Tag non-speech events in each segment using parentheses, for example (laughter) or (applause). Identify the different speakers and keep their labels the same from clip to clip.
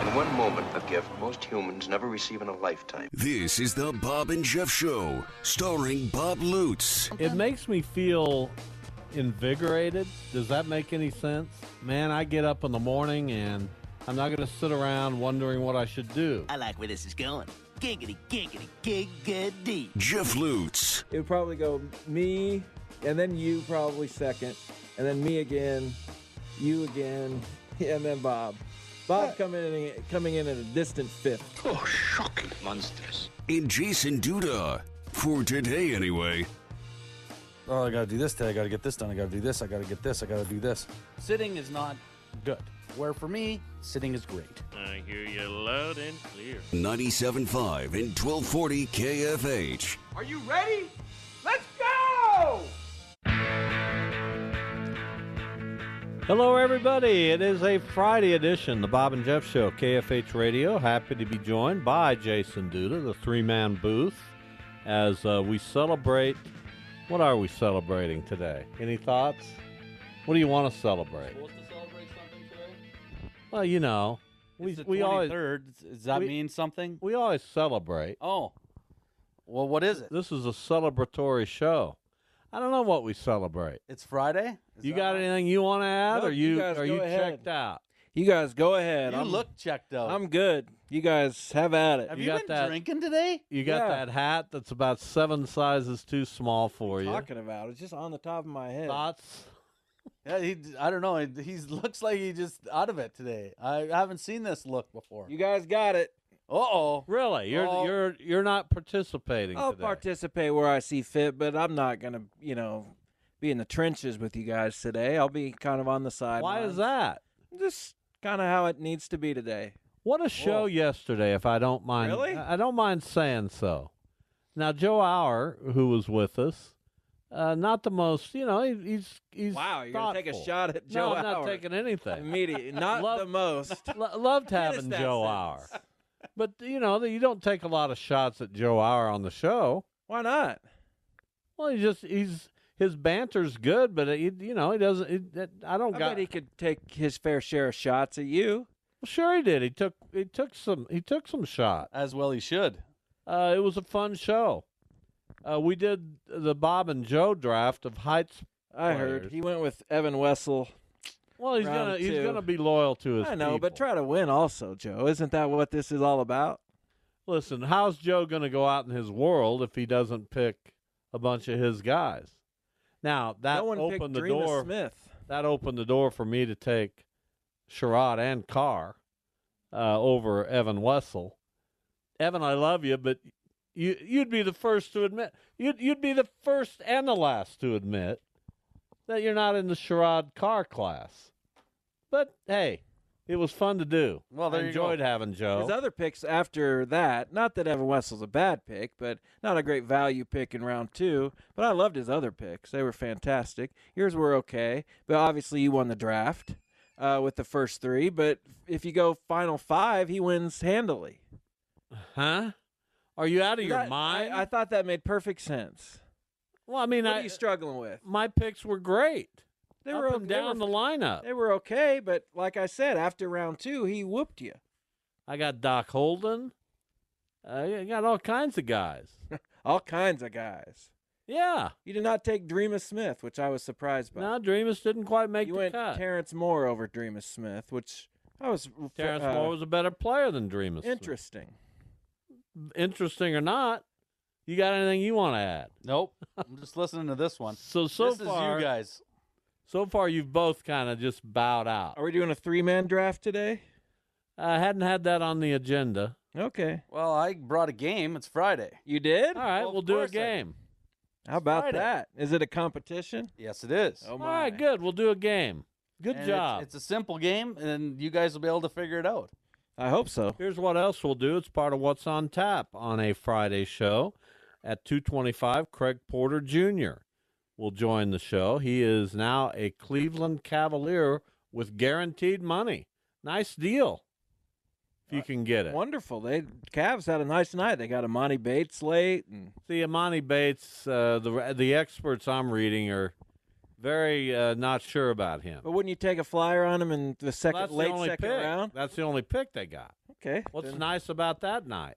Speaker 1: In one moment, a gift most humans never receive in a lifetime.
Speaker 2: This is the Bob and Jeff Show, starring Bob Lutz.
Speaker 3: It makes me feel invigorated. Does that make any sense? Man, I get up in the morning and I'm not going to sit around wondering what I should do.
Speaker 4: I like where this is going. Giggity, giggity, giggity.
Speaker 2: Jeff Lutz,
Speaker 5: it would probably go me and then you probably second and then me again you again (laughs) and then bob bob coming in coming in at a distant fifth
Speaker 2: and Jason Duda. For today, anyway.
Speaker 6: Oh, I gotta do this today. I gotta get this done. I gotta do this. I gotta get this. I gotta do this. Sitting is not good. Where for me, sitting is great.
Speaker 7: I hear you loud and clear.
Speaker 2: 97.5 and 1240 KFH.
Speaker 8: Are you ready? Let's go!
Speaker 3: Hello, everybody. It is a Friday edition, the Bob and Jeff Show, KFH Radio. Happy to be joined by Jason Duda, the three man booth, as uh, we celebrate. What are we celebrating today? Any thoughts? What do you want to celebrate? Well, you know, we,
Speaker 9: It's the
Speaker 3: we always
Speaker 9: 23rd. Does that
Speaker 3: we-
Speaker 9: mean something?
Speaker 3: we always celebrate.
Speaker 9: Oh. Well, what is it?
Speaker 3: This is a celebratory show. I don't know what we celebrate.
Speaker 9: It's Friday? Is
Speaker 3: you
Speaker 9: that
Speaker 3: got
Speaker 9: right?
Speaker 3: anything you want to add,
Speaker 5: No,
Speaker 3: or
Speaker 5: you
Speaker 3: you,
Speaker 5: guys
Speaker 3: are
Speaker 5: go
Speaker 3: you
Speaker 5: ahead.
Speaker 3: checked out?
Speaker 5: you guys go ahead
Speaker 9: You
Speaker 5: I'm,
Speaker 9: look checked out.
Speaker 5: I'm good you guys have at it
Speaker 9: Have
Speaker 3: you
Speaker 9: you,
Speaker 3: got
Speaker 9: been
Speaker 3: that-
Speaker 9: drinking today?
Speaker 3: You got
Speaker 5: Yeah.
Speaker 3: that hat that's about seven sizes too small for you.
Speaker 5: talking about it's just on the top of my head
Speaker 3: Thoughts?
Speaker 9: Yeah, he, d- I don't know. He he looks like he just out of it today. I haven't seen this look before.
Speaker 5: you guys got it
Speaker 9: Uh oh.
Speaker 3: Really? You're
Speaker 9: Oh.
Speaker 3: you're you're not participating
Speaker 5: i'll
Speaker 3: today.
Speaker 5: participate where i see fit but i'm not gonna you know be in the trenches with you guys today i'll be kind of on the side
Speaker 3: Why is that?
Speaker 5: just kind of how it needs to be today
Speaker 3: What a show
Speaker 9: Whoa.
Speaker 3: yesterday! If I don't mind,
Speaker 5: Really?
Speaker 3: I I don't mind saying so. Now Joe Auer, who was with us, uh, not the most. You know, he, he's he's
Speaker 5: Wow, you're gonna take a
Speaker 3: thoughtful.
Speaker 5: shot at
Speaker 3: No,
Speaker 5: Joe
Speaker 3: I'm not
Speaker 5: Auer.
Speaker 3: taking anything. (laughs)
Speaker 5: Immediately, not
Speaker 3: Love-
Speaker 5: the most.
Speaker 3: Lo-
Speaker 5: (laughs)
Speaker 3: loved
Speaker 5: Finish
Speaker 3: having
Speaker 5: that
Speaker 3: Joe Auer.
Speaker 5: (laughs) sentence.
Speaker 3: But you know, you don't take a lot of shots at Joe Auer on the show.
Speaker 5: Why not?
Speaker 3: Well, he just he's his banter's good, but he, you know he doesn't. It, it, I don't
Speaker 5: I
Speaker 3: got.
Speaker 5: bet he could take his fair share of shots at you.
Speaker 3: Well, sure he did. He took he took some he took some shot.
Speaker 9: As well he should.
Speaker 3: Uh, it was a fun show. Uh, we did the Bob and Joe draft of Heights.
Speaker 5: I heard
Speaker 3: Players.
Speaker 5: he went with Evan Wessel.
Speaker 3: Well, he's
Speaker 5: Round
Speaker 3: gonna he's
Speaker 5: two.
Speaker 3: gonna be loyal to his.
Speaker 5: I know, but
Speaker 3: people.
Speaker 5: try to win also, Joe. Isn't that what this is all about?
Speaker 3: listen. How's Joe gonna go out in his world if he doesn't pick a bunch of his guys? Now that
Speaker 5: no one picked
Speaker 3: opened the
Speaker 5: Dreena
Speaker 3: door.
Speaker 5: Smith.
Speaker 3: that opened the door for me to take Sherrod and Carr uh, over Evan Wessel. Evan, I love you, but you you'd be the first to admit you'd you'd be the first and the last to admit that you're not in the Sherrod Carr class. But hey, it was fun to do.
Speaker 9: Well, there
Speaker 3: I
Speaker 9: you go.
Speaker 3: enjoyed having Joe.
Speaker 5: His other picks after that, not that Evan Wessel's a bad pick, but not a great value pick in round two. But I loved his other picks; they were fantastic. Yours were okay, but obviously you won the draft uh, with the first three. But if you go final five, he wins handily.
Speaker 3: huh? Are you out of your
Speaker 5: That-
Speaker 3: mind?
Speaker 5: I, I thought that made perfect sense.
Speaker 3: well, I mean,
Speaker 5: what
Speaker 3: I
Speaker 5: are you struggling with?
Speaker 3: my picks were great.
Speaker 5: They
Speaker 3: Up
Speaker 5: were
Speaker 3: and
Speaker 5: okay-
Speaker 3: down
Speaker 5: they
Speaker 3: the
Speaker 5: were,
Speaker 3: lineup.
Speaker 5: They were okay, but like I said, after round two, he whooped you. (laughs)
Speaker 3: I got Doc Holden. Uh, I got all kinds of
Speaker 6: (laughs)
Speaker 3: guys.
Speaker 5: All kinds of guys.
Speaker 3: Yeah.
Speaker 5: You did not take Dreema Smith, which I was surprised by.
Speaker 3: Now Dreamus didn't quite make
Speaker 5: you
Speaker 3: the
Speaker 5: went
Speaker 3: cut.
Speaker 5: Terrence Moore over Dreamus Smith, which I was
Speaker 3: Terrence
Speaker 5: uh,
Speaker 3: Moore was a better player than Dreamus. Smith.
Speaker 5: interesting.
Speaker 3: Interesting or not, you got anything you want to add?
Speaker 6: Nope. I'm just listening to this one.
Speaker 3: So (laughs) so
Speaker 6: This is you
Speaker 3: far,
Speaker 6: guys.
Speaker 3: So far, you've both kind of just bowed out.
Speaker 5: Are we doing a three man draft today?
Speaker 3: I hadn't had that on the agenda.
Speaker 5: Okay.
Speaker 6: Well, I brought a game. It's Friday.
Speaker 5: You did?
Speaker 3: All right,
Speaker 6: Well, of
Speaker 3: we'll do a
Speaker 6: course I did.
Speaker 3: game.
Speaker 5: How about
Speaker 6: Friday.
Speaker 5: that? Is it a competition?
Speaker 6: Yes, it is.
Speaker 5: Oh
Speaker 3: All right,
Speaker 5: my.
Speaker 3: good. We'll do a game. Good
Speaker 6: And it's-
Speaker 3: job.
Speaker 6: It's, a simple game, and you guys will be able to figure it out.
Speaker 5: I hope so.
Speaker 3: Here's what else we'll do. It's part of what's on tap on a Friday show at 225. Craig Porter Jr. will join the show. He is now a Cleveland Cavalier with guaranteed money. Nice deal. If
Speaker 5: Uh,
Speaker 3: you can get it.
Speaker 5: Wonderful. They Cavs had a nice night. They got Amani Bates late and
Speaker 3: The Imani Bates, uh, the the experts I'm reading are very uh, not sure about him.
Speaker 5: but wouldn't you take a flyer on him in the second
Speaker 3: That's
Speaker 5: late
Speaker 3: the only
Speaker 5: second
Speaker 3: pick.
Speaker 5: round?
Speaker 3: That's the only pick they got.
Speaker 5: Okay.
Speaker 3: What's
Speaker 5: then
Speaker 3: nice about that night?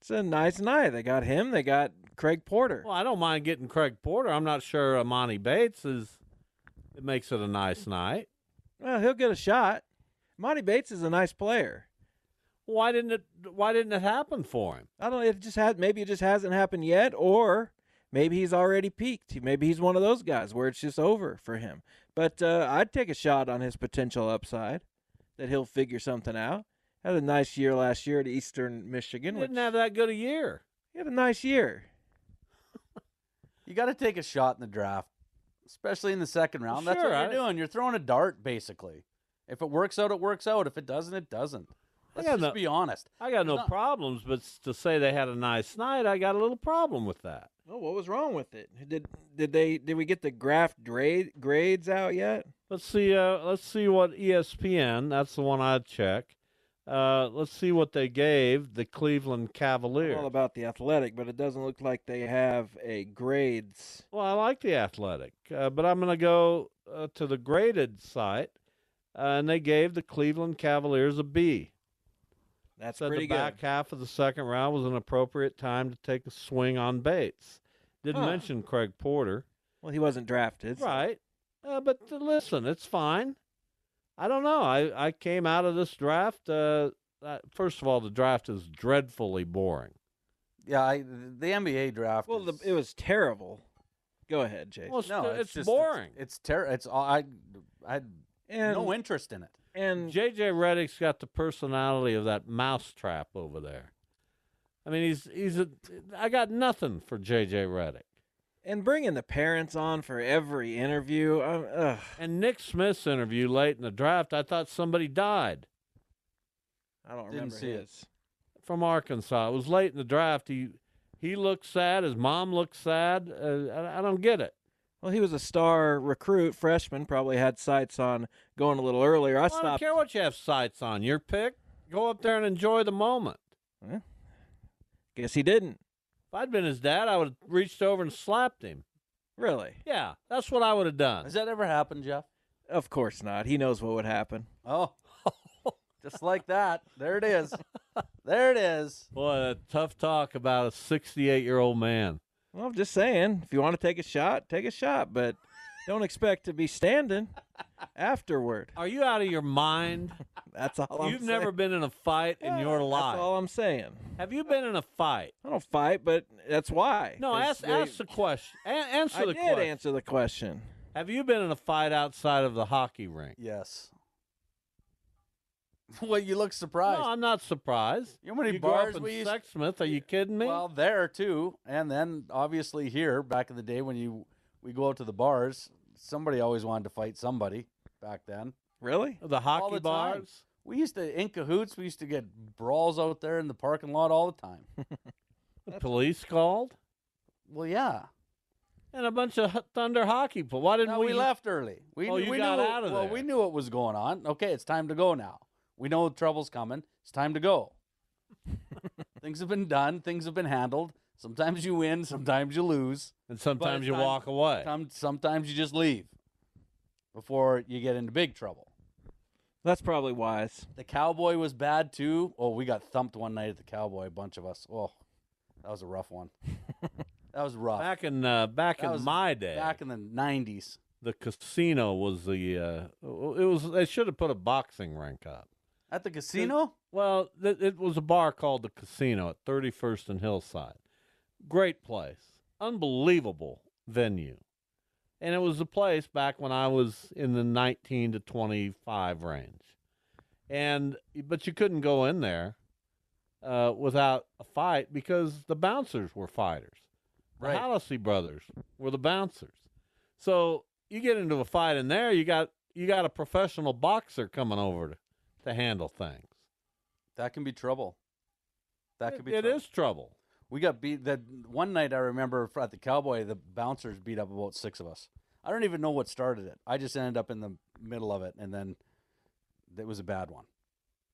Speaker 5: It's a nice night. They got him. They got Craig Porter.
Speaker 3: Well, I don't mind getting Craig Porter. I'm not sure Amani Bates is. It makes it a nice night.
Speaker 5: Well, he'll get a shot. Monty Bates is a nice player.
Speaker 3: Why didn't it? Why didn't it happen for him?
Speaker 5: I don't. It just had. Maybe it just hasn't happened yet, or maybe he's already peaked. He- Maybe he's one of those guys where it's just over for him. But uh, I'd take a shot on his potential upside that he'll figure something out. Had a nice year last year at Eastern
Speaker 3: He
Speaker 5: Michigan.
Speaker 3: didn't
Speaker 5: Which,
Speaker 3: have that good a year.
Speaker 5: he had a nice year.
Speaker 6: You got to take a shot in the draft, especially in the second round. That's
Speaker 3: Sure,
Speaker 6: what you're
Speaker 3: I-
Speaker 6: doing. You're throwing a dart, basically. If it works out, it works out. If it doesn't, it doesn't. Let's
Speaker 3: got
Speaker 6: just
Speaker 3: no-
Speaker 6: be honest.
Speaker 3: I got no
Speaker 6: not-
Speaker 3: problems, but s- to say they had a nice night, I got a little problem with that.
Speaker 5: Well, Oh, what was wrong with it? Did did they did we get the graph grade, grades out yet?
Speaker 3: Let's see. Uh, let's see what ESPN. That's the one I'd check. Uh, let's see what they gave the Cleveland
Speaker 5: I'm
Speaker 3: Cavaliers.
Speaker 5: all about the athletic, but it doesn't look like they have a grades.
Speaker 3: Well, I like the athletic, uh, but I'm going to go uh, to the graded site, uh, and they gave the Cleveland Cavaliers a B.
Speaker 5: That's
Speaker 3: Said
Speaker 5: pretty
Speaker 3: the back
Speaker 5: good.
Speaker 3: half of the second round was an appropriate time to take a swing on Bates. Didn't
Speaker 5: Huh.
Speaker 3: mention Craig Porter,
Speaker 5: Well, he wasn't drafted. so-
Speaker 3: right? Uh, but uh, listen, it's fine. I don't know. I I came out of this draft. Uh, uh, first of all, the draft is dreadfully boring.
Speaker 6: Yeah, I, the NBA draft.
Speaker 5: Well, the,
Speaker 6: is-
Speaker 5: it was terrible. Go ahead, Jason.
Speaker 3: Well, it's,
Speaker 6: no,
Speaker 3: it's,
Speaker 6: it's, just-
Speaker 3: boring.
Speaker 6: It's, it's terrible. It's all- I, I had
Speaker 5: and
Speaker 6: no interest in it.
Speaker 5: and
Speaker 3: JJ Reddick's got the personality of that mousetrap over there. I mean, he's he's a. I got nothing for JJ Reddick.
Speaker 5: and bringing the parents on for every interview. I'm, ugh,
Speaker 3: And Nick Smith's interview late in the draft, I thought somebody died
Speaker 5: I don't
Speaker 6: Didn't
Speaker 5: remember
Speaker 6: see it.
Speaker 5: his.
Speaker 3: from Arkansas. It was late in the draft. He he looked sad. His mom looked sad. Uh, I, I don't get it.
Speaker 5: Well, he was a star recruit, freshman. Probably had sights on going a little earlier. I
Speaker 3: I don't
Speaker 5: stopped.
Speaker 3: care what you have sights on. Your pick. Go up there and enjoy the moment.
Speaker 5: Guess he didn't.
Speaker 3: If I'd been his dad, I would have reached over and slapped him.
Speaker 5: Really?
Speaker 3: Yeah, that's what I would have done. (laughs)
Speaker 6: Has that ever happened, Jeff?
Speaker 5: Of course not. He knows what would happen.
Speaker 6: Oh, just like that. There it is. There it is.
Speaker 3: Boy, that tough talk about a 68 year old man.
Speaker 5: Well, I'm just saying. If you want to take a shot, take a shot, but don't expect to
Speaker 3: (laughs)
Speaker 5: be standing afterward.
Speaker 3: Are you out of your
Speaker 6: (laughs)
Speaker 3: mind?
Speaker 5: That's all I'm
Speaker 3: You've
Speaker 5: saying.
Speaker 3: never been in a fight in your
Speaker 5: That's
Speaker 3: life.
Speaker 5: all I'm saying.
Speaker 3: Have you been in a fight?
Speaker 5: I don't fight, but that's why.
Speaker 3: No,
Speaker 5: 'cause
Speaker 3: ask
Speaker 5: they-
Speaker 3: ask the question. A- answer
Speaker 5: I
Speaker 3: the
Speaker 5: did
Speaker 3: question.
Speaker 5: answer the question.
Speaker 3: Have you been in a fight outside of the hockey rink?
Speaker 6: Yes. (laughs) Well, you look surprised.
Speaker 3: No, I'm not surprised.
Speaker 6: You know how many
Speaker 3: you
Speaker 6: bars
Speaker 3: grew up
Speaker 6: we
Speaker 3: in
Speaker 6: used-
Speaker 3: Sexsmith? Are you kidding me?
Speaker 6: Well, there too, and then obviously here, back in the day when you we go out to the bars, somebody always wanted to fight somebody. Back then,
Speaker 5: Really?
Speaker 3: the
Speaker 6: all
Speaker 3: hockey
Speaker 6: the
Speaker 3: bars.
Speaker 6: time. we used to in cahoots. We used to get brawls out there in the parking lot all the
Speaker 3: (laughs)
Speaker 6: time.
Speaker 3: The police called,
Speaker 6: Well, yeah.
Speaker 3: and a bunch of h- Thunder hockey. But why didn't
Speaker 6: No, we, left early. We,
Speaker 3: Oh,
Speaker 6: kn-
Speaker 3: you
Speaker 6: we
Speaker 3: got
Speaker 6: knew,
Speaker 3: out of
Speaker 6: well,
Speaker 3: there.
Speaker 6: we knew what was going on. Okay, it's time to go now. We know trouble's coming. It's time
Speaker 3: (laughs)
Speaker 6: to go. things have been done. Things have been handled. Sometimes you win. Sometimes you lose.
Speaker 3: And
Speaker 6: By the
Speaker 3: sometimes you
Speaker 6: time-
Speaker 3: walk away.
Speaker 6: Some, sometimes you just leave before you get into big trouble.
Speaker 5: That's probably wise.
Speaker 6: The cowboy was bad too. Oh, we got thumped one night at the cowboy. A bunch of us. Oh, that was a
Speaker 5: (laughs)
Speaker 6: rough one. that was rough.
Speaker 3: Back in uh, back
Speaker 6: That
Speaker 3: in
Speaker 6: was
Speaker 3: my day,
Speaker 6: Back in the nineties.
Speaker 3: the casino was the uh, it was they should have put a boxing rink up.
Speaker 6: At the casino?
Speaker 3: Well, th- it was a bar called the Casino at 31st and Hillside. Great place. Unbelievable venue. And it was a place back when I was in the 19 to 25 range. And but you couldn't go in there uh, without a fight because the bouncers were fighters. The
Speaker 6: Right.
Speaker 3: Hallisey brothers were the bouncers. So you get into a fight in there, you got you got a professional boxer coming over to, to handle things.
Speaker 6: That can be trouble. That could be.
Speaker 3: It- it
Speaker 6: trouble.
Speaker 3: is trouble.
Speaker 6: We got beat. That one night I remember for- at the Cowboy, the bouncers beat up about six of us. I don't even know what started it. I just ended up in the middle of it, and then it was a bad one.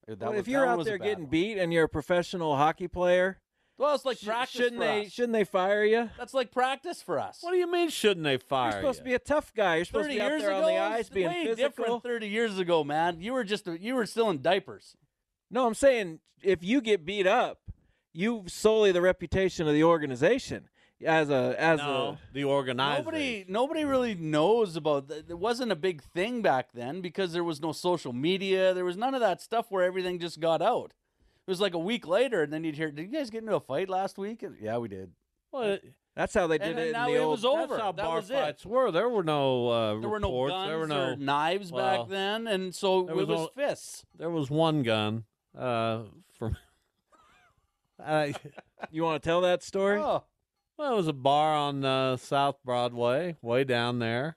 Speaker 6: That
Speaker 5: Well,
Speaker 6: was-
Speaker 5: if you're
Speaker 6: that
Speaker 5: out
Speaker 6: was a
Speaker 5: there
Speaker 6: bad
Speaker 5: getting beat and you're a professional hockey player,
Speaker 6: well, it's like
Speaker 5: sh-
Speaker 6: practice.
Speaker 5: shouldn't
Speaker 6: for
Speaker 5: they
Speaker 6: us.
Speaker 5: shouldn't they fire you?
Speaker 6: That's like practice for us.
Speaker 3: What do you mean? Shouldn't they fire
Speaker 5: You're supposed
Speaker 3: you?
Speaker 5: to be a tough guy. You're supposed
Speaker 6: Thirty
Speaker 5: to be out
Speaker 6: years
Speaker 5: there
Speaker 6: ago,
Speaker 5: on the ice
Speaker 6: it's
Speaker 5: being
Speaker 6: way
Speaker 5: physical.
Speaker 6: different. Thirty years ago, man, you were just a, you were still in diapers.
Speaker 5: No, I'm saying if you get beat up, you sully the reputation of the organization as a as
Speaker 3: no,
Speaker 5: a.
Speaker 3: the organizer.
Speaker 6: Nobody, nobody really knows about. th- It wasn't a big thing back then because there was no social media. There was none of that stuff where everything just got out. It was like a week later, and then you'd hear, "Did you guys get into a fight last week?" And, yeah, we did.
Speaker 3: Well,
Speaker 5: That's how they did
Speaker 6: and
Speaker 5: it.
Speaker 6: then
Speaker 5: in
Speaker 6: now
Speaker 5: the
Speaker 6: it
Speaker 5: old-
Speaker 6: was over.
Speaker 3: That's how
Speaker 6: that
Speaker 3: bar
Speaker 6: was it.
Speaker 3: fights were. There were no uh,
Speaker 6: There were no
Speaker 3: reports.
Speaker 6: guns
Speaker 3: there were no
Speaker 6: or knives
Speaker 3: well,
Speaker 6: back then, and so
Speaker 3: there
Speaker 6: it was,
Speaker 3: was no-
Speaker 6: fists.
Speaker 3: There was one gun uh, from. (laughs) I
Speaker 5: You want to tell that story?
Speaker 6: Oh,
Speaker 3: Well, it was a bar on uh, South Broadway, way down there,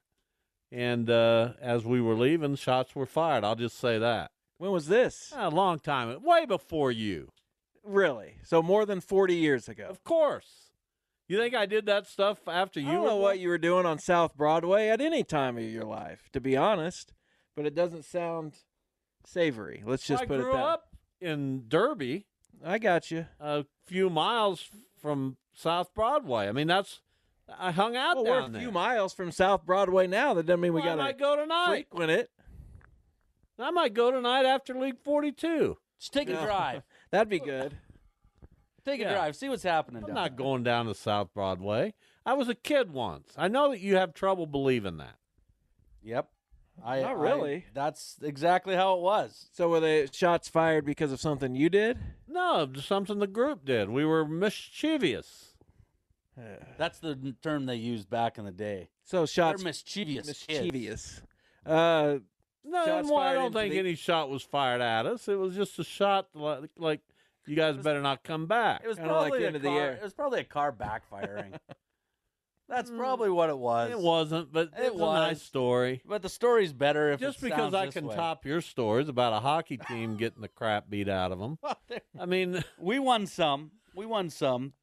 Speaker 3: and uh, as we were leaving, shots were fired. I'll just say that.
Speaker 5: When was this?
Speaker 3: A long time, way before you,
Speaker 5: Really? So more than 40 years ago.
Speaker 3: of course. You think I did that stuff after you?
Speaker 5: I don't
Speaker 3: were
Speaker 5: know
Speaker 3: born?
Speaker 5: what you were doing on South Broadway at any time of your life, to be honest. But it doesn't sound savory. Let's just
Speaker 3: I
Speaker 5: put
Speaker 3: grew
Speaker 5: it that.
Speaker 3: up in Derby,
Speaker 5: I got you.
Speaker 3: a few miles from South Broadway. I mean, that's I hung out
Speaker 5: Well,
Speaker 3: down
Speaker 5: we're a
Speaker 3: there.
Speaker 5: few miles from South Broadway now. That doesn't mean we
Speaker 3: Well, I
Speaker 5: got
Speaker 3: might
Speaker 5: to
Speaker 3: go tonight.
Speaker 5: frequent it. (laughs)
Speaker 3: I might go tonight after League Forty Two.
Speaker 6: just take
Speaker 5: No.
Speaker 6: a drive.
Speaker 5: That'd be good.
Speaker 6: Take
Speaker 3: Yeah.
Speaker 6: a drive. See what's happening.
Speaker 3: I'm
Speaker 6: down
Speaker 3: not
Speaker 6: there.
Speaker 3: going down to South Broadway. I was a kid once. I know that you have trouble believing that.
Speaker 6: Yep. I,
Speaker 5: Not
Speaker 6: I-
Speaker 5: really.
Speaker 6: that's exactly how it was.
Speaker 5: So were the shots fired because of something you did?
Speaker 3: No, just something the group did. We were mischievous.
Speaker 6: That's the n- term they used back in the day.
Speaker 5: So shots
Speaker 6: They're mischievous. kids.
Speaker 5: mischievous. Uh,
Speaker 3: No,
Speaker 5: Shots
Speaker 3: well, I
Speaker 5: fired
Speaker 3: don't
Speaker 5: into
Speaker 3: think
Speaker 5: the-
Speaker 3: any shot was fired at us. It was just a shot like, like you guys better not come back.
Speaker 6: It was
Speaker 5: Kinda like
Speaker 6: probably
Speaker 5: the
Speaker 6: a
Speaker 5: end of the
Speaker 6: car-
Speaker 5: year.
Speaker 6: It was probably a car backfiring. (laughs) that's probably what it was.
Speaker 3: It wasn't, but
Speaker 6: It
Speaker 3: it was a nice
Speaker 6: was.
Speaker 3: story.
Speaker 6: But the story's better if
Speaker 3: just
Speaker 6: it
Speaker 3: because
Speaker 6: sounds
Speaker 3: I
Speaker 6: this
Speaker 3: can
Speaker 6: way.
Speaker 3: top (laughs) your stories about a hockey team getting the crap beat out of them. I mean, (laughs)
Speaker 6: We won some. We won some.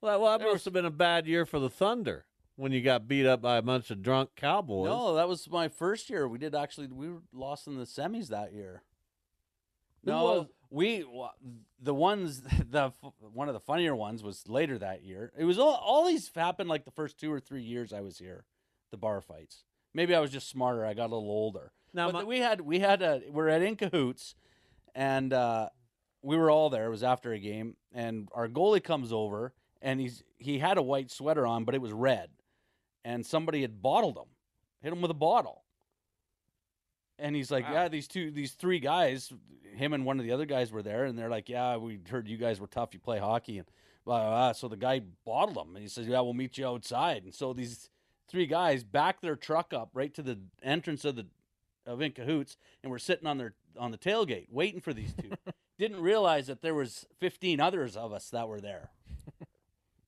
Speaker 3: well, well, that
Speaker 6: There
Speaker 3: must have been a bad year for the Thunder when you got beat up by a bunch of drunk cowboys.
Speaker 6: No, that was my first year. We did actually. We were lost in the semis that year.
Speaker 3: Who
Speaker 6: No,
Speaker 3: was-
Speaker 6: we wa- the ones (laughs) the f- one of the funnier ones was later that year. It was all all these happened like the first two or three years I was here. The bar fights. Maybe I was just smarter. I got a little older.
Speaker 3: Now,
Speaker 6: Now
Speaker 3: my-
Speaker 6: we had we had a we're at in cahoots, and uh, we were all there. It was after a game, and our goalie comes over, and he's he had a white sweater on, but it was red, and somebody had bottled him, hit him with a bottle, and he's like, yeah, these two, these three guys, him and one of the other guys were there, and they're like, yeah, we heard you guys were tough, you play hockey, and blah blah. blah. So the guy bottled him, and he says, yeah, we'll meet you outside, and so these three guys back their truck up right to the entrance of the of in cahoots and we're sitting on their on the tailgate waiting for these
Speaker 3: (laughs)
Speaker 6: two didn't realize that there was 15 others of us that were
Speaker 3: (laughs)
Speaker 6: there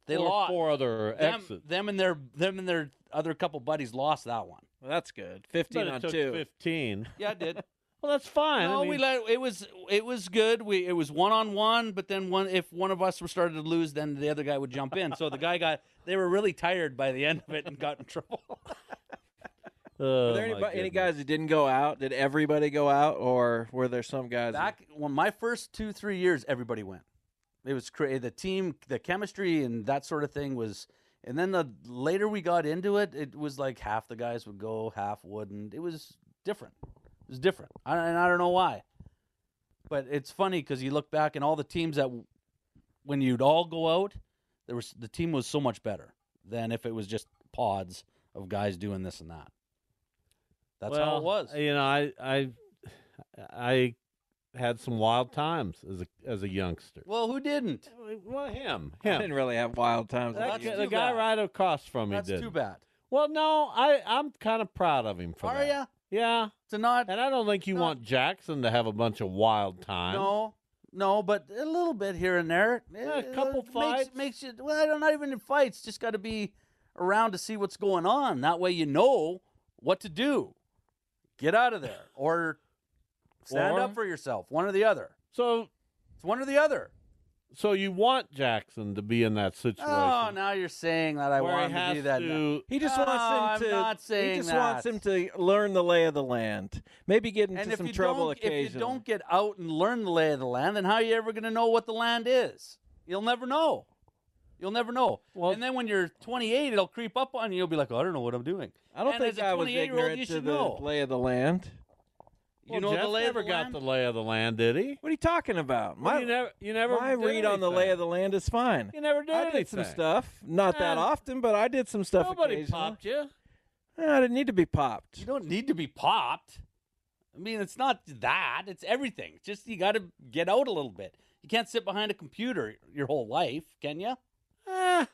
Speaker 6: they
Speaker 3: Four-
Speaker 6: lost
Speaker 3: four other
Speaker 6: them,
Speaker 3: exits.
Speaker 6: them and their them and their other couple buddies lost that one
Speaker 5: well, that's good.
Speaker 3: But
Speaker 5: 15
Speaker 3: it
Speaker 5: on
Speaker 3: took
Speaker 5: two.
Speaker 3: fifteen.
Speaker 6: yeah it did
Speaker 3: Well, that's (laughs) fine.
Speaker 6: no
Speaker 3: I mean,
Speaker 6: we let it was it was good we it was one on one but then one if one of us were started to lose then the other guy would jump in so the guy got they were really tired by the end of it and got in trouble
Speaker 3: Oh,
Speaker 5: Were there
Speaker 3: my
Speaker 5: anybody, any
Speaker 3: goodness.
Speaker 5: guys that didn't go out? Did everybody go out, or were there some guys? that-
Speaker 6: back when my first two three years everybody went it was crazy the team the chemistry and that sort of thing was and then the later we got into it it was like half the guys would go half wouldn't it was different it was different I, and i don't know why but it's funny because you look back and all the teams that w- when you'd all go out there was the team was so much better than if it was just pods of guys doing this and that that's how
Speaker 3: Well,
Speaker 6: it was
Speaker 3: You know, I I I had some wild times as a as a youngster.
Speaker 6: Well, who didn't?
Speaker 3: Well, him.
Speaker 5: I
Speaker 3: Him.
Speaker 5: didn't really have wild times.
Speaker 3: That
Speaker 5: with
Speaker 3: guy-
Speaker 5: you.
Speaker 3: the guy right across from me
Speaker 6: That's
Speaker 3: did.
Speaker 6: too bad.
Speaker 3: Well, no, I I'm kind of proud of him for
Speaker 6: Are
Speaker 3: that.
Speaker 6: ya?
Speaker 3: Yeah.
Speaker 6: To not
Speaker 3: And I don't think you want Jackson to have a bunch of wild times.
Speaker 6: no, no, but a little bit here and there.
Speaker 3: Yeah, a
Speaker 6: Uh,
Speaker 3: couple
Speaker 6: makes-
Speaker 3: fights.
Speaker 6: makes, you. Well, not even in fights. Just got to be around to see what's going on. That way you know what to do. Get out of there, or stand
Speaker 3: Or-
Speaker 6: up for yourself. One or the other.
Speaker 3: So
Speaker 6: It's one or the other.
Speaker 3: so you want Jackson to be in that situation.
Speaker 6: Oh, now you're saying that I
Speaker 3: Where he
Speaker 6: want him to do
Speaker 3: has
Speaker 6: that. now.
Speaker 3: to- Oh,
Speaker 5: He just
Speaker 6: No,
Speaker 5: wants him
Speaker 6: Oh, I'm
Speaker 5: to.
Speaker 6: not saying
Speaker 5: he just
Speaker 6: that.
Speaker 5: wants him to learn the lay of the land. Maybe get into
Speaker 6: and if
Speaker 5: some
Speaker 6: you
Speaker 5: trouble
Speaker 6: don't,
Speaker 5: occasionally.
Speaker 6: if you don't get out and learn the lay of the land, then how are you ever going to know what the land is? You'll never know. You'll never know. and then when you're 28, it'll creep up on you. You'll be like, oh, I don't know what I'm doing.
Speaker 5: I don't
Speaker 6: and
Speaker 5: think
Speaker 6: as a
Speaker 5: I was
Speaker 6: 28-year-old,
Speaker 5: ignorant
Speaker 6: you
Speaker 5: to
Speaker 6: should
Speaker 5: the
Speaker 6: know.
Speaker 5: lay of the land.
Speaker 6: You
Speaker 3: Well,
Speaker 6: know
Speaker 3: Jeff
Speaker 6: the lay of
Speaker 3: never
Speaker 6: the
Speaker 3: got
Speaker 6: land?
Speaker 3: the lay of the land, did he?
Speaker 5: What are you talking about?
Speaker 3: Well, you never- you never
Speaker 5: my
Speaker 3: did
Speaker 5: read on the lay
Speaker 3: anything.
Speaker 5: of the land is fine.
Speaker 3: You never did
Speaker 5: I did some
Speaker 3: anything.
Speaker 5: stuff, not that
Speaker 3: And
Speaker 5: often, but I did some stuff.
Speaker 3: Nobody
Speaker 5: occasionally.
Speaker 3: popped you.
Speaker 5: Eh, I didn't need to be popped.
Speaker 6: You don't need to be popped. I mean, it's not that. It's everything. It's just you got to get out a little bit. You can't sit behind a computer your whole life, can you?
Speaker 3: Eh,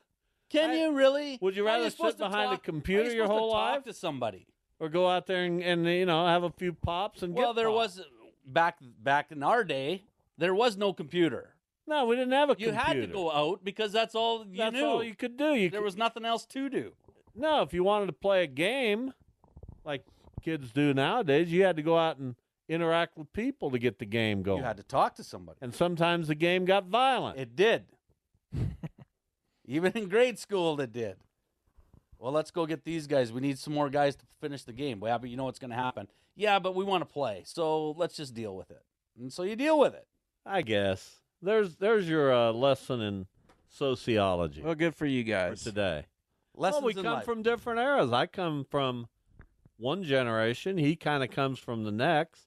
Speaker 6: Can
Speaker 3: I-
Speaker 6: you really?
Speaker 3: Would you
Speaker 6: How are
Speaker 3: rather
Speaker 6: supposed
Speaker 3: sit
Speaker 6: to
Speaker 3: behind a
Speaker 6: talk- how are you
Speaker 3: computer your
Speaker 6: supposed to
Speaker 3: whole
Speaker 6: talk
Speaker 3: life?
Speaker 6: to somebody?
Speaker 3: or go out there and, and you know have a few pops and
Speaker 6: Well,
Speaker 3: get
Speaker 6: there
Speaker 3: popped.
Speaker 6: was back back in our day, there was no computer.
Speaker 3: no we didn't have a
Speaker 6: You
Speaker 3: computer.
Speaker 6: had to go out because that's all you
Speaker 3: that's
Speaker 6: knew.
Speaker 3: all you could do you
Speaker 6: there
Speaker 3: cou-
Speaker 6: was nothing else to do.
Speaker 3: no if you wanted to play a game like kids do nowadays you had to go out and interact with people to get the game going
Speaker 6: You had to talk to somebody.
Speaker 3: and sometimes the game got violent
Speaker 6: It (laughs) did. Even in grade school, it did. Well, let's go get these guys. We need some more guys to finish the game. Well, yeah, but you know what's going to happen. Yeah, but we want to play, so let's just deal with it. And so you deal with it.
Speaker 3: i guess there's there's your uh, lesson in sociology
Speaker 5: Well, good for you
Speaker 3: for
Speaker 5: guys.
Speaker 3: today
Speaker 6: Lessons
Speaker 3: well, we
Speaker 6: in
Speaker 3: come
Speaker 6: life.
Speaker 3: from different eras. I come from one generation. He kind of comes from the next.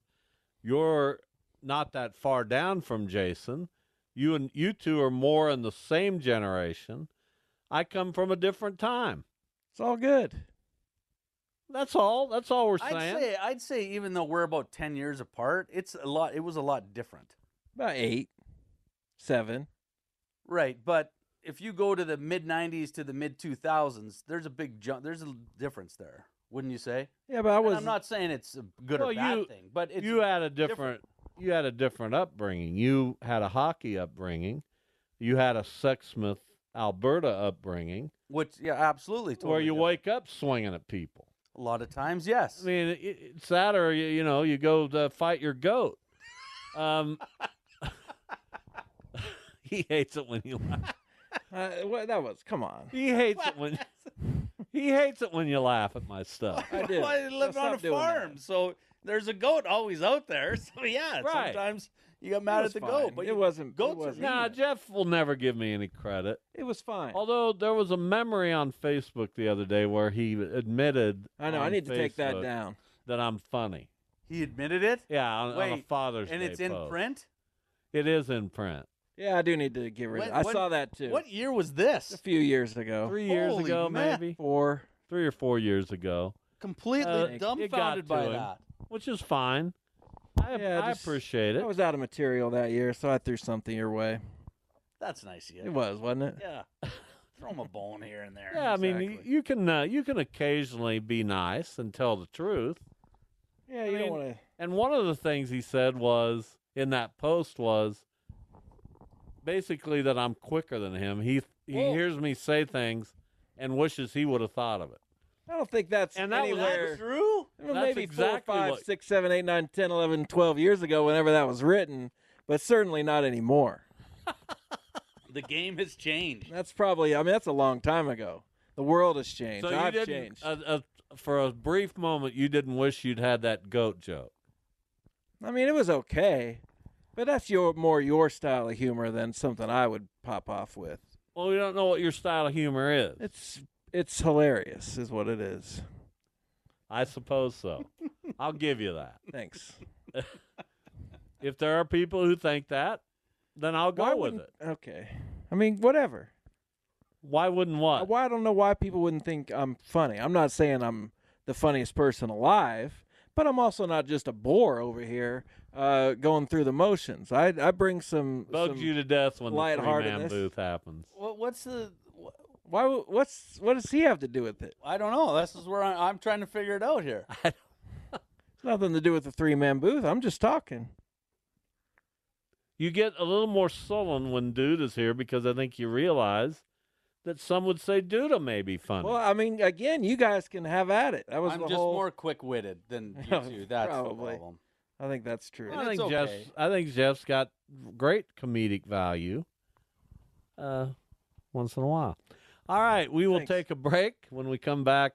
Speaker 3: You're not that far down from Jason. You and you two are more in the same generation. I come from a different time.
Speaker 5: It's all good.
Speaker 3: That's all. That's all we're saying.
Speaker 6: I'd say I'd say even though we're about ten years apart, it's a lot. It was a lot different,
Speaker 5: About eight, seven.
Speaker 6: right? But if you go to the mid '90s to the mid 2000s, there's a big jump. There's a difference there, wouldn't you say?
Speaker 5: Yeah, but I
Speaker 6: And
Speaker 5: was
Speaker 6: I'm not saying it's a good
Speaker 3: Well,
Speaker 6: or bad
Speaker 3: you-
Speaker 6: thing, but it's
Speaker 3: you had a different, you had a different upbringing. You had a hockey upbringing. You had a Sexsmith, Alberta upbringing,
Speaker 6: which yeah, absolutely. Totally
Speaker 3: where you
Speaker 6: different.
Speaker 3: wake up swinging at people.
Speaker 6: a lot of times, yes.
Speaker 3: I mean, it, it's that, or you, you know, you go to fight your goat. Um, (laughs) he hates it when you laugh.
Speaker 5: Uh, well, that was. Come on.
Speaker 3: He hates it when he hates it when you laugh at my stuff.
Speaker 5: I did.
Speaker 6: Well, (laughs) I
Speaker 5: Now
Speaker 6: live on
Speaker 5: stop
Speaker 6: a
Speaker 5: doing that.
Speaker 6: farm, so there's a goat always out there. So yeah,
Speaker 3: Right.
Speaker 6: sometimes you get
Speaker 5: It
Speaker 6: mad
Speaker 5: was
Speaker 6: at the
Speaker 5: fine.
Speaker 6: goat, but
Speaker 5: it
Speaker 6: you-
Speaker 5: wasn't.
Speaker 6: goats are
Speaker 5: it
Speaker 3: (laughs)
Speaker 5: wasn't.
Speaker 3: Nah, Jeff will never give me any credit.
Speaker 5: It was fine.
Speaker 3: Although there was a memory on Facebook the other day where he admitted,
Speaker 5: I know. I
Speaker 3: on
Speaker 5: need to take that
Speaker 3: Facebook
Speaker 5: down.
Speaker 3: That I'm funny.
Speaker 6: he admitted it,
Speaker 3: Yeah, on, on a
Speaker 6: Wait,
Speaker 3: Father's
Speaker 6: and
Speaker 3: Day
Speaker 6: it's in
Speaker 3: post.
Speaker 6: print.
Speaker 3: It is in print.
Speaker 5: Yeah, I do need to get rid of.
Speaker 6: When-
Speaker 5: it. I
Speaker 6: when-
Speaker 5: saw that too.
Speaker 6: What year was
Speaker 5: A
Speaker 6: this?
Speaker 5: few years ago.
Speaker 3: Three years
Speaker 6: Holy
Speaker 3: ago,
Speaker 6: man.
Speaker 3: maybe
Speaker 5: Four.
Speaker 3: three or four years ago.
Speaker 6: Completely
Speaker 3: Uh, it got
Speaker 6: dumbfounded
Speaker 3: to
Speaker 6: by
Speaker 3: him.
Speaker 6: that.
Speaker 3: which is fine. I,
Speaker 5: Yeah,
Speaker 3: I
Speaker 5: just-
Speaker 3: appreciate it.
Speaker 5: I was out of material that year, so I threw something your way.
Speaker 6: That's nice of you.
Speaker 5: It was, wasn't it?
Speaker 6: Yeah. Throw him a bone here and (laughs) there.
Speaker 3: yeah, I mean, y-
Speaker 6: Exactly.
Speaker 3: you can uh, you can occasionally be nice and tell the truth.
Speaker 5: Yeah,
Speaker 3: I
Speaker 5: you
Speaker 3: mean,
Speaker 5: don't want to.
Speaker 3: And one of the things he said was in that post was basically that I'm quicker than him. He he
Speaker 6: Whoa.
Speaker 3: hears me say things and wishes he would have thought of it.
Speaker 5: I don't think that's
Speaker 3: And that was-
Speaker 5: anywhere.
Speaker 6: true?
Speaker 5: Well,
Speaker 3: That's
Speaker 5: maybe
Speaker 3: exactly
Speaker 5: four, five,
Speaker 3: what-
Speaker 5: six, seven, eight, nine, 10, 11, 12 years ago, whenever that was written, but certainly not anymore.
Speaker 6: The game has changed.
Speaker 5: That's probably, I mean, that's a long time ago. The world has changed.
Speaker 3: so you
Speaker 5: I've
Speaker 3: didn't
Speaker 5: changed.
Speaker 3: uh, uh, for a brief moment you didn't wish you'd had that goat joke.
Speaker 5: I mean, it was okay, but that's your more your style of humor than something I would pop off with.
Speaker 3: Well, we don't know what your style of humor is.
Speaker 5: It's it's hilarious, is what it is.
Speaker 3: I suppose so. I'll give you that.
Speaker 5: Thanks.
Speaker 3: If there are people who think that, then I'll (laughs) go
Speaker 5: Why
Speaker 3: with
Speaker 5: wouldn't-
Speaker 3: it.
Speaker 5: Okay. I mean, whatever.
Speaker 3: Why wouldn't
Speaker 5: I-
Speaker 3: what?
Speaker 5: Why I don't know why people wouldn't think I'm funny. I'm not saying I'm the funniest person alive, but I'm also not just a bore over here uh, going through the motions. I I bring some
Speaker 3: bugs
Speaker 5: some
Speaker 3: you to death when the three man
Speaker 5: lightheartedness.
Speaker 3: booth happens.
Speaker 6: What, what's the?
Speaker 5: Why? w- What's what does he have to do with it?
Speaker 6: I don't know. This is where I, I'm trying to figure it out here.
Speaker 5: It's nothing to do with the three man booth. I'm just talking.
Speaker 3: You get a little more sullen when dude is here because I think you realize that some would say Duda may be funny.
Speaker 5: Well, I mean, again, you guys can have at it. That was
Speaker 6: I'm
Speaker 5: the
Speaker 6: just
Speaker 5: whole.
Speaker 6: more quick witted than
Speaker 5: (laughs)
Speaker 6: you two. That's
Speaker 5: Probably.
Speaker 6: the problem.
Speaker 5: I think that's true.
Speaker 6: And
Speaker 3: I
Speaker 6: it's
Speaker 3: think
Speaker 6: okay.
Speaker 3: Jeff's I think Jeff's got great comedic value. Uh, once in a while. All right, we will take a break. When we come back,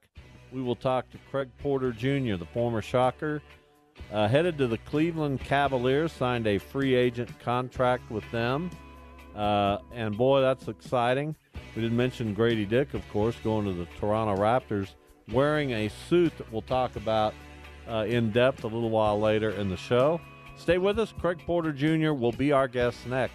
Speaker 3: we will talk to Craig Porter Jr., the former Shocker, uh, headed to the Cleveland Cavaliers, signed a free agent contract with them, uh, and boy, that's exciting. We didn't mention Grady Dick, of course, going to the Toronto Raptors, wearing a suit that we'll talk about uh, in depth a little while later in the show. Stay with us. Craig Porter Jr. will be our guest next.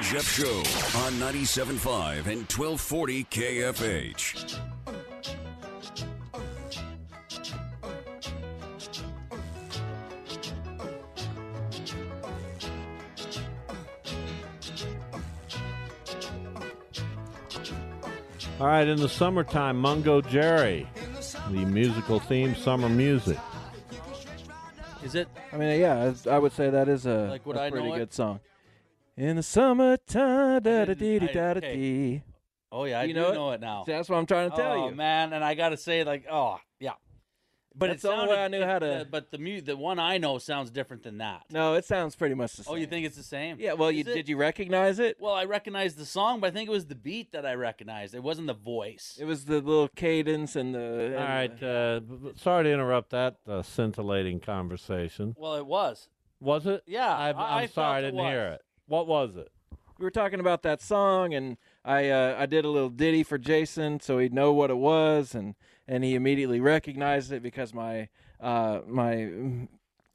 Speaker 2: Jeff Show on 97.5 and 1240 KFH.
Speaker 3: All right, in the summertime, Mungo Jerry, the musical theme, summer music.
Speaker 6: Is it?
Speaker 5: I mean, yeah, it's- I would say that is a,
Speaker 6: Like, would
Speaker 5: a
Speaker 6: I know
Speaker 5: pretty
Speaker 6: it?
Speaker 5: good song. In the summertime, da da dee
Speaker 6: I-
Speaker 5: da da
Speaker 6: okay.
Speaker 5: dee.
Speaker 6: Oh yeah, I
Speaker 5: You
Speaker 6: do
Speaker 5: know
Speaker 6: know
Speaker 5: it?
Speaker 6: it, now.
Speaker 5: See, that's what I'm trying to tell
Speaker 6: oh,
Speaker 5: you.
Speaker 6: man, and I gotta say, like, oh yeah, but
Speaker 5: That's
Speaker 6: it
Speaker 5: the only
Speaker 6: sounded,
Speaker 5: way I knew
Speaker 6: it-
Speaker 5: how to-
Speaker 6: uh, but the mu- the one I know sounds different than that.
Speaker 5: No, it sounds pretty much the same.
Speaker 6: Oh, you think it's the same?
Speaker 5: Yeah, well, you,
Speaker 6: Is it?
Speaker 5: did you recognize it?
Speaker 6: Well, I recognized the song, but I think it was the beat that I recognized. It wasn't the voice.
Speaker 5: It was the little cadence and the.
Speaker 3: All right, uh, b- b- sorry to interrupt that uh, scintillating conversation.
Speaker 6: Well, it was.
Speaker 3: Was it?
Speaker 6: Yeah,
Speaker 3: I, I'm
Speaker 6: I-
Speaker 3: sorry, I
Speaker 6: I felt it
Speaker 3: didn't hear
Speaker 6: was.
Speaker 3: it. What was it?
Speaker 5: we were talking about that song and I uh, I did a little ditty for Jason so he'd know what it was and and he immediately recognized it because my uh my mm,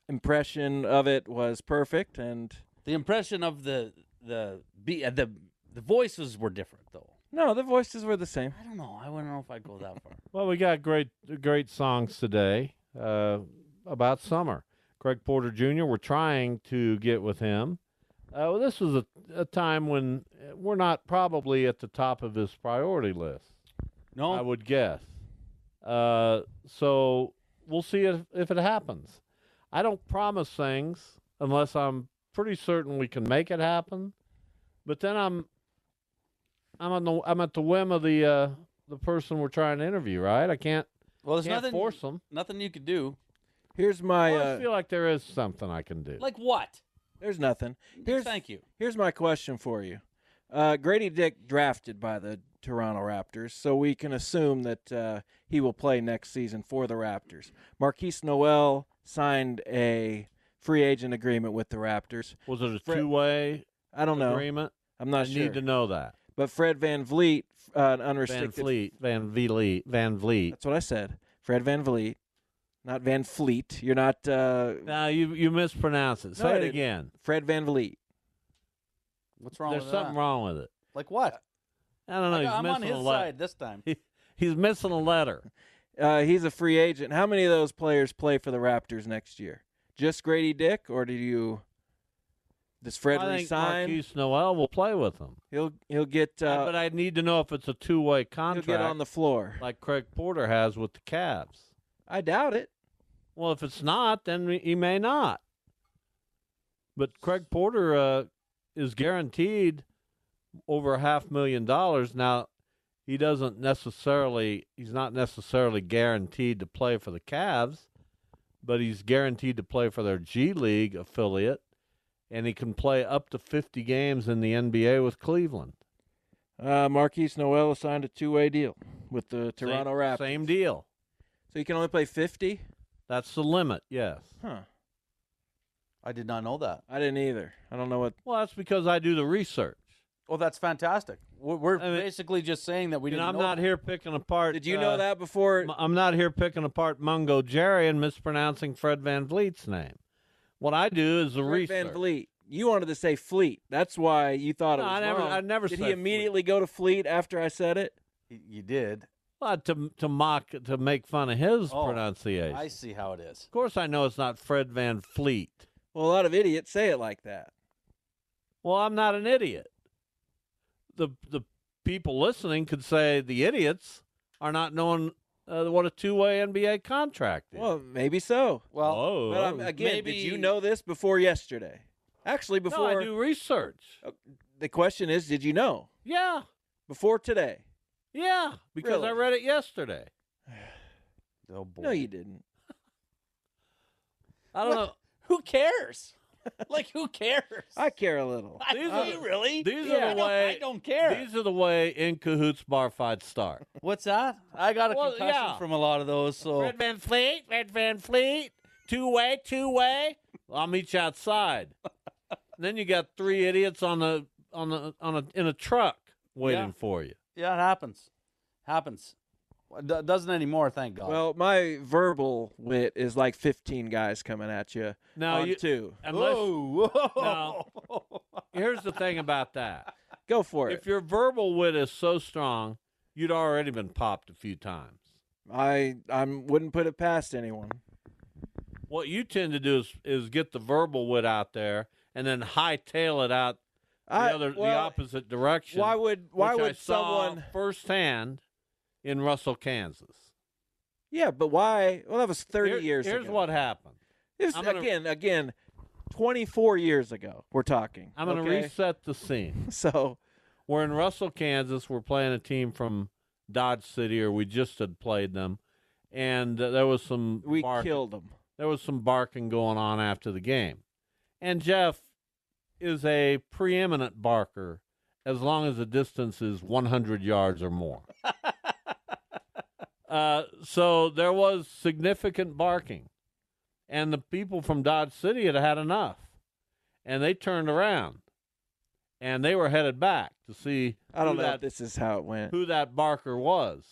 Speaker 5: impression of it was perfect and
Speaker 6: The impression of the the beat, uh, the the voices were different though.
Speaker 5: no the voices were the same.
Speaker 6: I don't know. I wouldn't know if I'd go that (laughs) far.
Speaker 3: Well, we got great great songs today uh, about summer. Greg Porter Jr. We're trying to get with him. Uh, well, this is a, a time when we're not probably at the top of his priority list.
Speaker 6: No,
Speaker 3: I would guess. Uh, so we'll see if, if it happens. I don't promise things unless I'm pretty certain we can make it happen. But then I'm I'm on the I'm at the whim of the uh, the person we're trying to interview, right? I can't
Speaker 6: Well, there's
Speaker 3: can't
Speaker 6: nothing
Speaker 3: force them.
Speaker 6: Nothing you could do.
Speaker 5: Here's my.
Speaker 3: Well,
Speaker 5: uh,
Speaker 3: I feel like there is something I can do.
Speaker 6: Like what?
Speaker 5: There's nothing. Here's,
Speaker 6: thank you.
Speaker 5: Here's my question for you. Uh, Grady Dick drafted by the Toronto Raptors, so we can assume that uh, he will play next season for the Raptors. Marquise Noel signed a free agent agreement with the Raptors.
Speaker 3: Was it a
Speaker 5: Fre-
Speaker 3: two-way?
Speaker 5: I don't know.
Speaker 3: agreement?
Speaker 5: I'm not
Speaker 3: I
Speaker 5: sure.
Speaker 3: need to know that.
Speaker 5: But Fred Van Vliet, uh, an
Speaker 3: Van
Speaker 5: unrestricted.
Speaker 3: Fleet, Van Vliet, Van Vliet.
Speaker 5: That's what I said. Fred Van Vliet, not Van Fleet. You're not. Uh,
Speaker 3: Now you you mispronounce it. Say
Speaker 5: No, I
Speaker 3: it
Speaker 5: didn't.
Speaker 3: again.
Speaker 5: Fred Van Vliet.
Speaker 6: What's wrong
Speaker 3: There's
Speaker 6: with
Speaker 3: something
Speaker 6: that?
Speaker 3: wrong with it.
Speaker 6: Like what?
Speaker 3: I don't know.
Speaker 6: I
Speaker 3: He's
Speaker 6: got- I'm on
Speaker 3: missing
Speaker 6: his
Speaker 3: a letter. (laughs)
Speaker 6: side this time.
Speaker 3: He's missing a letter.
Speaker 5: Uh, he's a free agent. How many of those players play for the Raptors next year? Just Grady Dick, or do you? Does Fred
Speaker 3: I think
Speaker 5: resign?
Speaker 3: Marquise Noel will play with him.
Speaker 5: He'll he'll get. Uh,
Speaker 3: but I need to know if it's a two-way
Speaker 5: he'll
Speaker 3: contract
Speaker 5: get on the floor.
Speaker 3: like Craig Porter has with the Cavs.
Speaker 5: I doubt it.
Speaker 3: Well, if it's not, then he- he may not. But Craig Porter uh, is guaranteed over a half million dollars. Now, he doesn't necessarily, he's not necessarily guaranteed to play for the Cavs, but he's guaranteed to play for their G League affiliate, and he can play up to 50 games in the NBA with Cleveland.
Speaker 5: Uh, Marquise Noel signed a two-way deal with the
Speaker 3: Same-
Speaker 5: Toronto Raptors,
Speaker 3: Same deal.
Speaker 5: so he can only play fifty.
Speaker 3: That's the limit, yes.
Speaker 5: Huh?
Speaker 6: I did not know that.
Speaker 5: I didn't either. I don't know what.
Speaker 3: Well, that's because I do the research.
Speaker 6: Well, that's fantastic. We're, we're
Speaker 3: I mean-
Speaker 6: basically just saying that we
Speaker 3: And
Speaker 6: didn't.
Speaker 3: I'm
Speaker 6: know
Speaker 3: not
Speaker 6: that.
Speaker 3: here picking apart.
Speaker 5: Did you
Speaker 3: uh,
Speaker 5: know that before?
Speaker 3: M- I'm not here picking apart Mungo Jerry and mispronouncing Fred Van Vliet's name. What I do is the
Speaker 5: Fred
Speaker 3: research.
Speaker 5: Van Vliet. You wanted to say Fleet. That's why you thought
Speaker 3: No,
Speaker 5: it was
Speaker 3: I never-
Speaker 5: wrong.
Speaker 3: I never
Speaker 5: Did
Speaker 3: said
Speaker 5: he immediately go to Fleet after I said it?
Speaker 6: Y- You did.
Speaker 3: Well, to to mock to make fun of his
Speaker 6: Oh,
Speaker 3: pronunciation.
Speaker 6: I
Speaker 3: of
Speaker 6: see how it is.
Speaker 3: course, I know it's not Fred Van Fleet.
Speaker 5: Well, a lot of idiots say it like that.
Speaker 3: Well, I'm not an idiot. The the people listening could say the idiots are not knowing uh, what a two way NBA contract is.
Speaker 5: Well, maybe so.
Speaker 6: Well,
Speaker 3: oh,
Speaker 5: But um, again, did
Speaker 6: maybe-
Speaker 5: you know this before yesterday? Actually, before Oh,
Speaker 3: no, I do research.
Speaker 5: the question is, did you know
Speaker 3: Yeah,
Speaker 5: before today?
Speaker 3: yeah, because I
Speaker 5: Really?
Speaker 3: read it yesterday.
Speaker 6: Oh boy.
Speaker 5: No, you didn't.
Speaker 3: I don't know.
Speaker 6: Who cares? (laughs) like who cares?
Speaker 5: I (laughs) care a little.
Speaker 6: I, Uh,
Speaker 3: These
Speaker 6: do
Speaker 3: are-
Speaker 6: you really?
Speaker 3: These
Speaker 6: I
Speaker 3: are the
Speaker 6: don't-
Speaker 3: way
Speaker 6: I don't care.
Speaker 3: These are the way in cahoots bar fights start.
Speaker 6: What's that? I got a
Speaker 3: Well,
Speaker 6: concussion
Speaker 3: yeah.
Speaker 6: from a lot of those. So
Speaker 3: Red Van Fleet, Red Van Fleet, two way, two way. I'll meet you
Speaker 5: (laughs)
Speaker 3: outside. then you got three idiots on the on the on a in a truck waiting
Speaker 6: Yeah.
Speaker 3: for you.
Speaker 6: yeah, it happens. Happens. Well, do- doesn't anymore, thank God.
Speaker 5: Well, my verbal wit is like 15 guys coming at you.
Speaker 3: Now
Speaker 5: on
Speaker 3: you-
Speaker 5: two.
Speaker 3: Unless
Speaker 6: whoa,
Speaker 3: Now- here's the thing about that.
Speaker 5: (laughs) Go for it.
Speaker 3: If your verbal wit is so strong, you'd already been popped a few times.
Speaker 5: I I wouldn't put it past anyone.
Speaker 3: What you tend to do is is get the verbal wit out there and then hightail it out the
Speaker 5: I,
Speaker 3: other the
Speaker 5: well,
Speaker 3: opposite direction.
Speaker 5: Why would why
Speaker 3: which I
Speaker 5: would
Speaker 3: saw
Speaker 5: someone?
Speaker 3: firsthand in Russell, Kansas?
Speaker 5: Yeah, but why? Well, that was 30
Speaker 3: Here-
Speaker 5: years
Speaker 3: Here's
Speaker 5: ago.
Speaker 3: what happened.
Speaker 5: This,
Speaker 3: I'm gonna-
Speaker 5: again, again, 24 years ago, we're talking.
Speaker 3: I'm going to
Speaker 5: okay?
Speaker 3: reset the scene.
Speaker 5: (laughs) So,
Speaker 3: We're in Russell, Kansas. We're playing a team from Dodge City, or we just had played them, and uh, there was some
Speaker 5: we
Speaker 3: bark-
Speaker 5: killed them.
Speaker 3: There was some barking going on after the game, and Jeff is a preeminent barker as long as the distance is 100 yards or
Speaker 5: (laughs)
Speaker 3: more. uh, so there was significant barking, and the people from Dodge City had had enough, and they turned around, and they were headed back to see
Speaker 5: I don't
Speaker 3: who,
Speaker 5: know if
Speaker 3: that,
Speaker 5: this is how it went.
Speaker 3: who that barker was.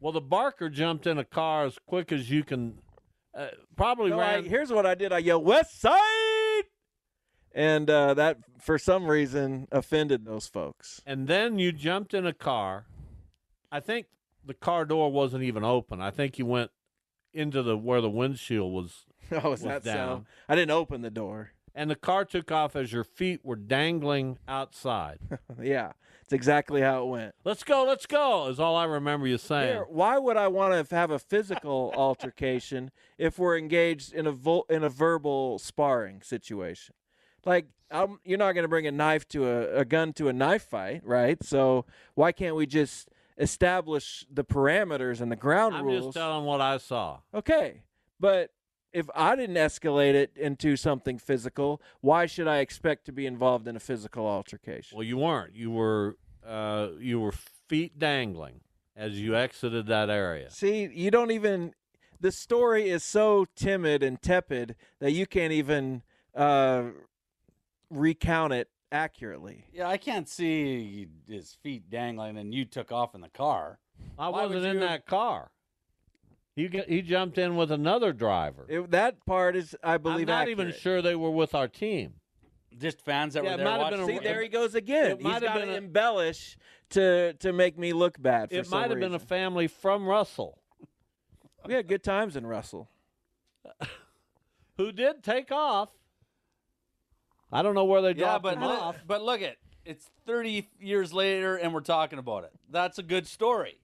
Speaker 3: Well, the barker jumped in a car as quick as you can. Uh, probably
Speaker 5: No, I-
Speaker 3: ran.
Speaker 5: here's what I did. I yelled, West Side! And uh, that, for some reason, offended those folks. (laughs)
Speaker 3: and then you jumped in a car. I think the car door wasn't even open. I think you went into the where the windshield was.
Speaker 5: Oh,
Speaker 3: Was
Speaker 5: is that so?
Speaker 3: down.
Speaker 5: I didn't open the door.
Speaker 3: and the car took off as your feet were dangling
Speaker 5: (laughs)
Speaker 3: outside.
Speaker 5: yeah, it's exactly how it went.
Speaker 3: Let's go, let's go, is all I remember you saying.
Speaker 5: Here, why would I want to have a physical (laughs) altercation if we're engaged in a vo- in a verbal sparring situation? Like, I'm, you're not going to bring a knife to a, a gun to a knife fight, right? So why can't we just establish the parameters and the ground
Speaker 3: I'm
Speaker 5: rules?
Speaker 3: just telling what I saw.
Speaker 5: Okay, but if I didn't escalate it into something physical, why should I expect to be involved in a physical altercation?
Speaker 3: Well, you weren't. You were uh, you were feet dangling as you exited that area.
Speaker 5: See, you don't even. The story is so timid and tepid that you can't even uh, recount it accurately.
Speaker 6: (laughs) Yeah, I can't see his feet dangling, and you took off in the car.
Speaker 3: I
Speaker 6: Why would
Speaker 3: wasn't in
Speaker 6: you-
Speaker 3: that car. He g- he jumped in with another driver.
Speaker 5: It, that part is, I believe,
Speaker 3: I'm not
Speaker 5: accurate.
Speaker 3: even sure they were with our team.
Speaker 6: Just fans that
Speaker 3: Yeah,
Speaker 6: were
Speaker 3: it
Speaker 6: there
Speaker 3: might have
Speaker 6: watching.
Speaker 3: been a-
Speaker 5: See, there he goes again.
Speaker 3: It might
Speaker 5: He's
Speaker 3: have
Speaker 5: got
Speaker 3: been
Speaker 5: to
Speaker 3: a-
Speaker 5: embellish to to make me look bad. For
Speaker 3: It
Speaker 5: some
Speaker 3: might have been a
Speaker 5: reason.
Speaker 3: family from Russell
Speaker 5: we had good times
Speaker 3: (laughs)
Speaker 5: in Russell.
Speaker 3: who did take off. I don't know where they
Speaker 6: yeah,
Speaker 3: dropped
Speaker 6: but
Speaker 3: him
Speaker 6: look-
Speaker 3: off.
Speaker 6: but look at it's 30 years later, and we're talking about it. That's a good story.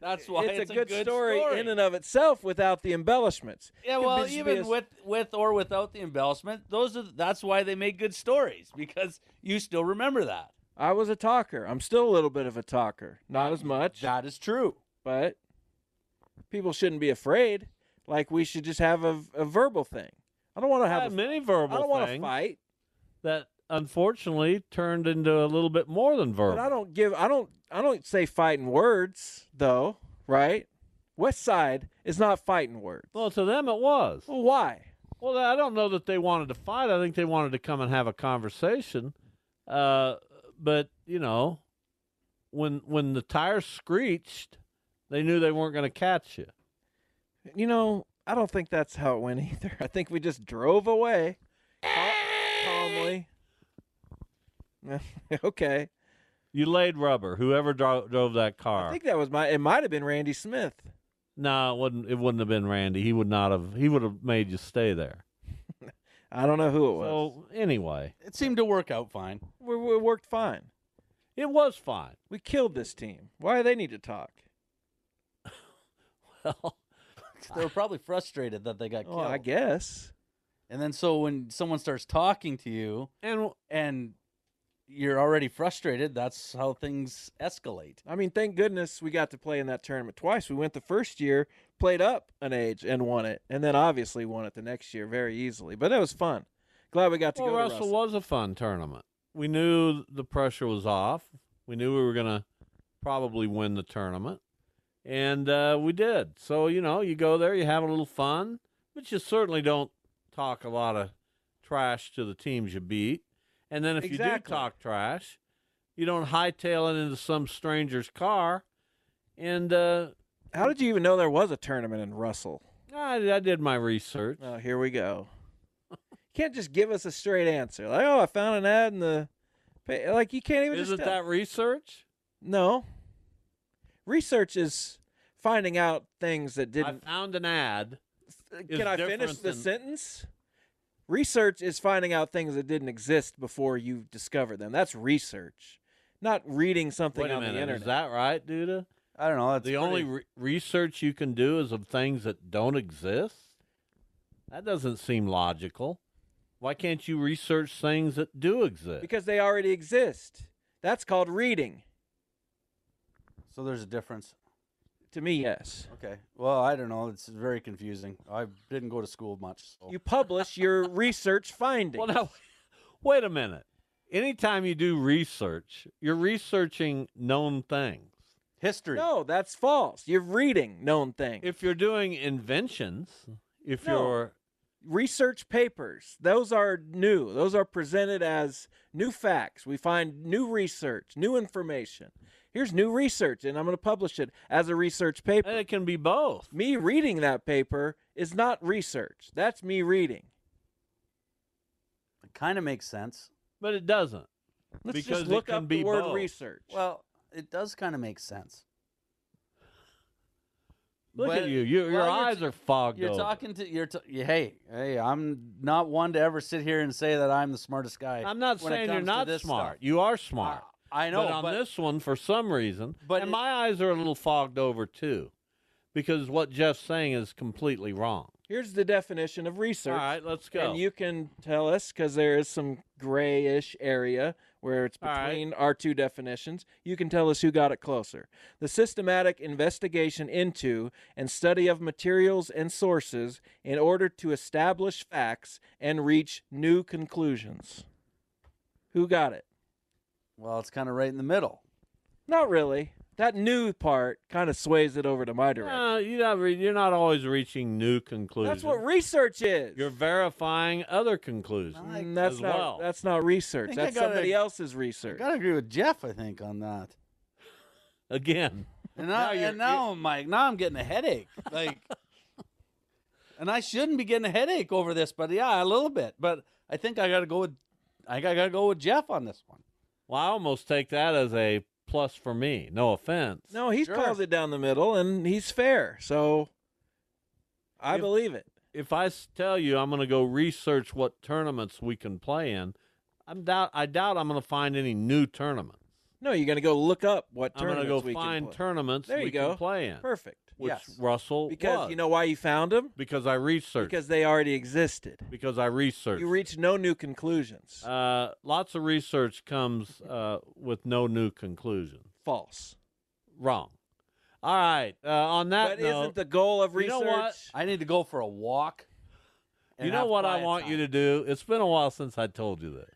Speaker 6: That's why it's,
Speaker 5: it's a, good, story,
Speaker 6: story.
Speaker 5: in and of itself without the embellishments.
Speaker 6: Yeah,
Speaker 5: Could
Speaker 6: well,
Speaker 5: just be
Speaker 6: even
Speaker 5: a-
Speaker 6: with with or without the embellishment, those are that's why they make good stories because you still remember that.
Speaker 5: I was a talker. I'm still a little bit of a talker. Not as much.
Speaker 6: That is true.
Speaker 5: But people shouldn't be afraid. Like we should just have a, a verbal thing. I don't want to
Speaker 3: I
Speaker 5: have
Speaker 3: had
Speaker 5: a,
Speaker 3: many verbal
Speaker 5: I don't want to
Speaker 3: things
Speaker 5: fight.
Speaker 3: that unfortunately turned into a little bit more than
Speaker 5: But I
Speaker 3: verbal.
Speaker 5: don't give. I don't. I don't say fighting words though. Right? West Side is not fighting words.
Speaker 3: Well, to them it was.
Speaker 5: Well, why?
Speaker 3: Well, I don't know that they wanted to fight. I think they wanted to come and have a conversation. Uh, but you know, when when the tires screeched, they knew they weren't going to catch you.
Speaker 5: You know, I don't think that's how it went (laughs) either. I think we just drove away cal- calmly. (laughs) okay.
Speaker 3: You laid rubber. Whoever dro- drove that
Speaker 5: I
Speaker 3: car.
Speaker 5: think that was my. It might have been Randy Smith.
Speaker 3: No, it wouldn't. It wouldn't have been Randy. He would not have. He would have made you stay there.
Speaker 5: I don't know who it was.
Speaker 3: So anyway,
Speaker 6: It seemed to work out fine.
Speaker 5: we, we worked fine.
Speaker 3: it was fine. (laughs)
Speaker 5: We killed this team. Why do they need to talk?
Speaker 3: Well,
Speaker 6: They were probably frustrated that they got
Speaker 5: Oh,
Speaker 6: killed.
Speaker 5: I guess.
Speaker 6: And then so when someone starts talking to you
Speaker 3: and
Speaker 6: and you're already frustrated, that's how things escalate.
Speaker 5: I mean, thank goodness we got to play in that tournament twice. We went the first year, played up an age, and won it, and then obviously won it the next year very easily. But that was fun. Glad we got to
Speaker 3: well,
Speaker 5: go.
Speaker 3: Russell,
Speaker 5: to Russell.
Speaker 3: was a fun tournament. We knew the pressure was off. We knew we were going to probably win the tournament, and uh, we did. So you know, you go there, you have a little fun, but you certainly don't talk a lot of trash to the teams you beat. And then if you do
Speaker 5: Exactly.
Speaker 3: talk trash, you don't hightail it into some stranger's car. And uh,
Speaker 5: How did you even know there was a tournament in Russell?
Speaker 3: I, I did my research.
Speaker 5: Oh, here we go. you can't just give us a straight answer. Like, oh, I found an ad in the. pa-" Like, you can't even
Speaker 3: Isn't
Speaker 5: just. tell-
Speaker 3: that research?
Speaker 5: No. Research is finding out things that
Speaker 3: I
Speaker 5: didn't.
Speaker 3: found an ad. is
Speaker 5: Can I finish
Speaker 3: different
Speaker 5: the
Speaker 3: than-
Speaker 5: sentence? Research is finding out things that didn't exist before you discovered them. That's research, not reading something
Speaker 3: Wait a
Speaker 5: on
Speaker 3: minute,
Speaker 5: the
Speaker 3: is
Speaker 5: internet.
Speaker 3: that right, Duda?
Speaker 6: I don't know. That's
Speaker 3: the only re- research you can do is of things that don't exist. That doesn't seem logical. Why can't you research things that do exist?
Speaker 5: Because they already exist. That's called reading.
Speaker 6: so there's a difference.
Speaker 5: To me, yes.
Speaker 6: Okay. Well, I don't know. It's very confusing. I didn't go to school much. So.
Speaker 5: You publish your research findings.
Speaker 3: well, now, (laughs) wait a minute. Anytime you do research, you're researching known things.
Speaker 6: History.
Speaker 5: No, that's false. You're reading known things.
Speaker 3: If you're doing inventions, if
Speaker 5: No.
Speaker 3: you're
Speaker 5: research papers, those are new. Those are presented as new facts. We find new research, new information. Here's new research, and I'm going to publish it as a research paper.
Speaker 3: it can be both.
Speaker 5: me reading that paper is not research. That's me reading.
Speaker 6: It kind of makes sense.
Speaker 3: But it doesn't.
Speaker 5: Let's
Speaker 3: Because
Speaker 5: just
Speaker 3: it
Speaker 5: look
Speaker 3: can
Speaker 5: up
Speaker 3: be
Speaker 5: the word
Speaker 3: both.
Speaker 5: research.
Speaker 6: Well, it does kind of make sense.
Speaker 3: Look at you. You- your eyes are fogged
Speaker 6: You're
Speaker 3: over.
Speaker 6: talking to you're. T- hey, hey, I'm not one to ever sit here and say that I'm the smartest guy.
Speaker 3: I'm not
Speaker 6: when it
Speaker 3: saying you're
Speaker 6: comes to
Speaker 3: not
Speaker 6: this
Speaker 3: smart.
Speaker 6: stuff.
Speaker 3: You are smart.
Speaker 6: I know,
Speaker 3: But on
Speaker 6: but-
Speaker 3: this one, for some reason,
Speaker 6: But
Speaker 3: and
Speaker 6: it-
Speaker 3: my eyes are a little fogged over too, because what Jeff's saying is completely wrong.
Speaker 5: Here's the definition of research.
Speaker 3: All right, let's go.
Speaker 5: And you can tell us because there is some grayish area where it's
Speaker 3: All right.
Speaker 5: between our two definitions. You can tell us who got it closer. The systematic investigation into and study of materials and sources in order to establish facts and reach new conclusions. Who got it?
Speaker 6: Well, it's kind of right in the middle.
Speaker 5: Not really. That new part kind of sways it over to my direction.
Speaker 3: Uh, you're not re- you're not always reaching new conclusions.
Speaker 5: That's what research is.
Speaker 3: you're verifying other conclusions.
Speaker 5: Mm, that's
Speaker 3: as
Speaker 5: not
Speaker 3: well.
Speaker 5: that's not research.
Speaker 6: think I
Speaker 5: That's
Speaker 6: gotta-
Speaker 5: somebody else's research.
Speaker 6: I gotta agree with Jeff. I think on that.
Speaker 3: Again,
Speaker 6: And now, and now, Mike, now I'm getting a headache. Like, (laughs) and I shouldn't be getting a headache over this, but yeah, a little bit. But I think I got to go with, I think I got to go with Jeff on this one.
Speaker 3: well, I almost take that as a plus for me. No offense.
Speaker 5: No, he calls it down the middle, and he's fair. So I
Speaker 3: If-
Speaker 5: believe it.
Speaker 3: If I s- tell you I'm going to go research what tournaments we can play in, I'm doubt I doubt I'm going to find any new tournaments.
Speaker 5: No, you're going to go look up what
Speaker 3: I'm going to
Speaker 5: tournaments
Speaker 3: go
Speaker 5: we can
Speaker 3: find
Speaker 5: play.
Speaker 3: tournaments
Speaker 5: There you
Speaker 3: we
Speaker 5: go.
Speaker 3: can play in.
Speaker 5: Perfect.
Speaker 3: Which
Speaker 5: Yes.
Speaker 3: Russell
Speaker 5: Because
Speaker 3: was,
Speaker 5: you know why you found them?
Speaker 3: because I researched
Speaker 5: Because they already existed.
Speaker 3: because I researched.
Speaker 5: You reached no new conclusions.
Speaker 3: Uh, lots of research comes uh, with no new conclusion.
Speaker 5: False.
Speaker 3: Wrong. All right. Uh, on that
Speaker 5: But
Speaker 3: note,
Speaker 5: isn't the goal of
Speaker 3: you
Speaker 5: research?
Speaker 3: know what?
Speaker 6: I need to go for a walk. and
Speaker 3: You know
Speaker 6: have
Speaker 3: what I
Speaker 6: quiet
Speaker 3: want you
Speaker 6: time.
Speaker 3: to do? It's been a while since I told you this.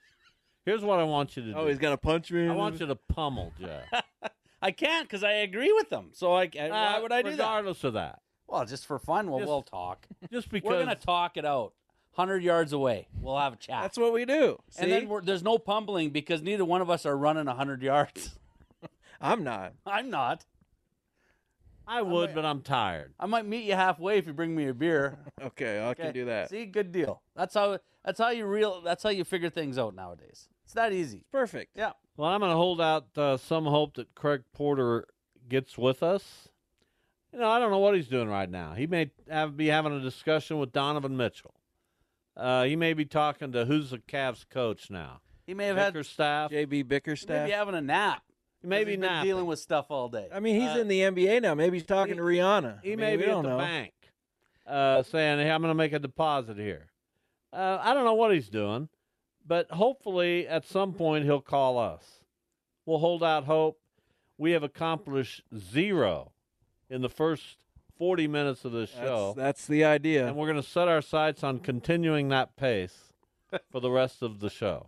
Speaker 3: Here's what I want you to do.
Speaker 5: Oh, he's going to punch me.
Speaker 3: I want you to pummel Jeff.
Speaker 5: (laughs)
Speaker 6: I can't because I agree with them. So I, I- why
Speaker 3: Uh,
Speaker 6: would I do that?
Speaker 3: Regardless of that,
Speaker 6: Well, just for fun, we'll,
Speaker 3: Just-
Speaker 6: we'll talk.
Speaker 3: (laughs) just because
Speaker 6: We're gonna talk it out. Hundred yards away, we'll have a chat.
Speaker 5: That's what we do. See?
Speaker 6: and then we're, there's no pummeling because neither one of us are running hundred yards. (laughs)
Speaker 5: I'm not.
Speaker 6: I'm not.
Speaker 3: I would, but I'm tired.
Speaker 6: I might meet you halfway if you bring me a (laughs) beer.
Speaker 5: Okay, I can
Speaker 6: Okay,
Speaker 5: do that.
Speaker 6: See, good deal. That's how. That's how you real. That's how you figure things out nowadays. It's that easy.
Speaker 5: Perfect.
Speaker 6: Yeah.
Speaker 3: Well, I'm going to hold out uh, some hope that Craig Porter gets with us. You know, I don't know what he's doing right now. He may have, be having a discussion with Donovan Mitchell. Uh, he may be talking to who's the Cavs coach now.
Speaker 6: He may have had.
Speaker 3: Bickerstaff.
Speaker 5: JB
Speaker 6: He may
Speaker 5: Bickerstaff.
Speaker 6: be having a nap. 'cause
Speaker 3: Maybe
Speaker 6: he's been
Speaker 3: not.
Speaker 6: dealing with stuff all day.
Speaker 5: I mean, he's
Speaker 6: Uh,
Speaker 5: in the NBA now. Maybe he's talking
Speaker 3: he-
Speaker 5: to Rihanna.
Speaker 3: He
Speaker 5: I mean,
Speaker 3: may
Speaker 5: we
Speaker 3: be at
Speaker 5: don't
Speaker 3: the
Speaker 5: know.
Speaker 3: bank uh, saying, hey, I'm going to make a deposit here. Uh, I don't know what he's doing, but hopefully at some point he'll call us. We'll hold out hope. We have accomplished zero in the first 40 minutes of this show.
Speaker 5: That's, that's the idea.
Speaker 3: And we're going to set our sights on continuing that pace for the rest of the (laughs) show.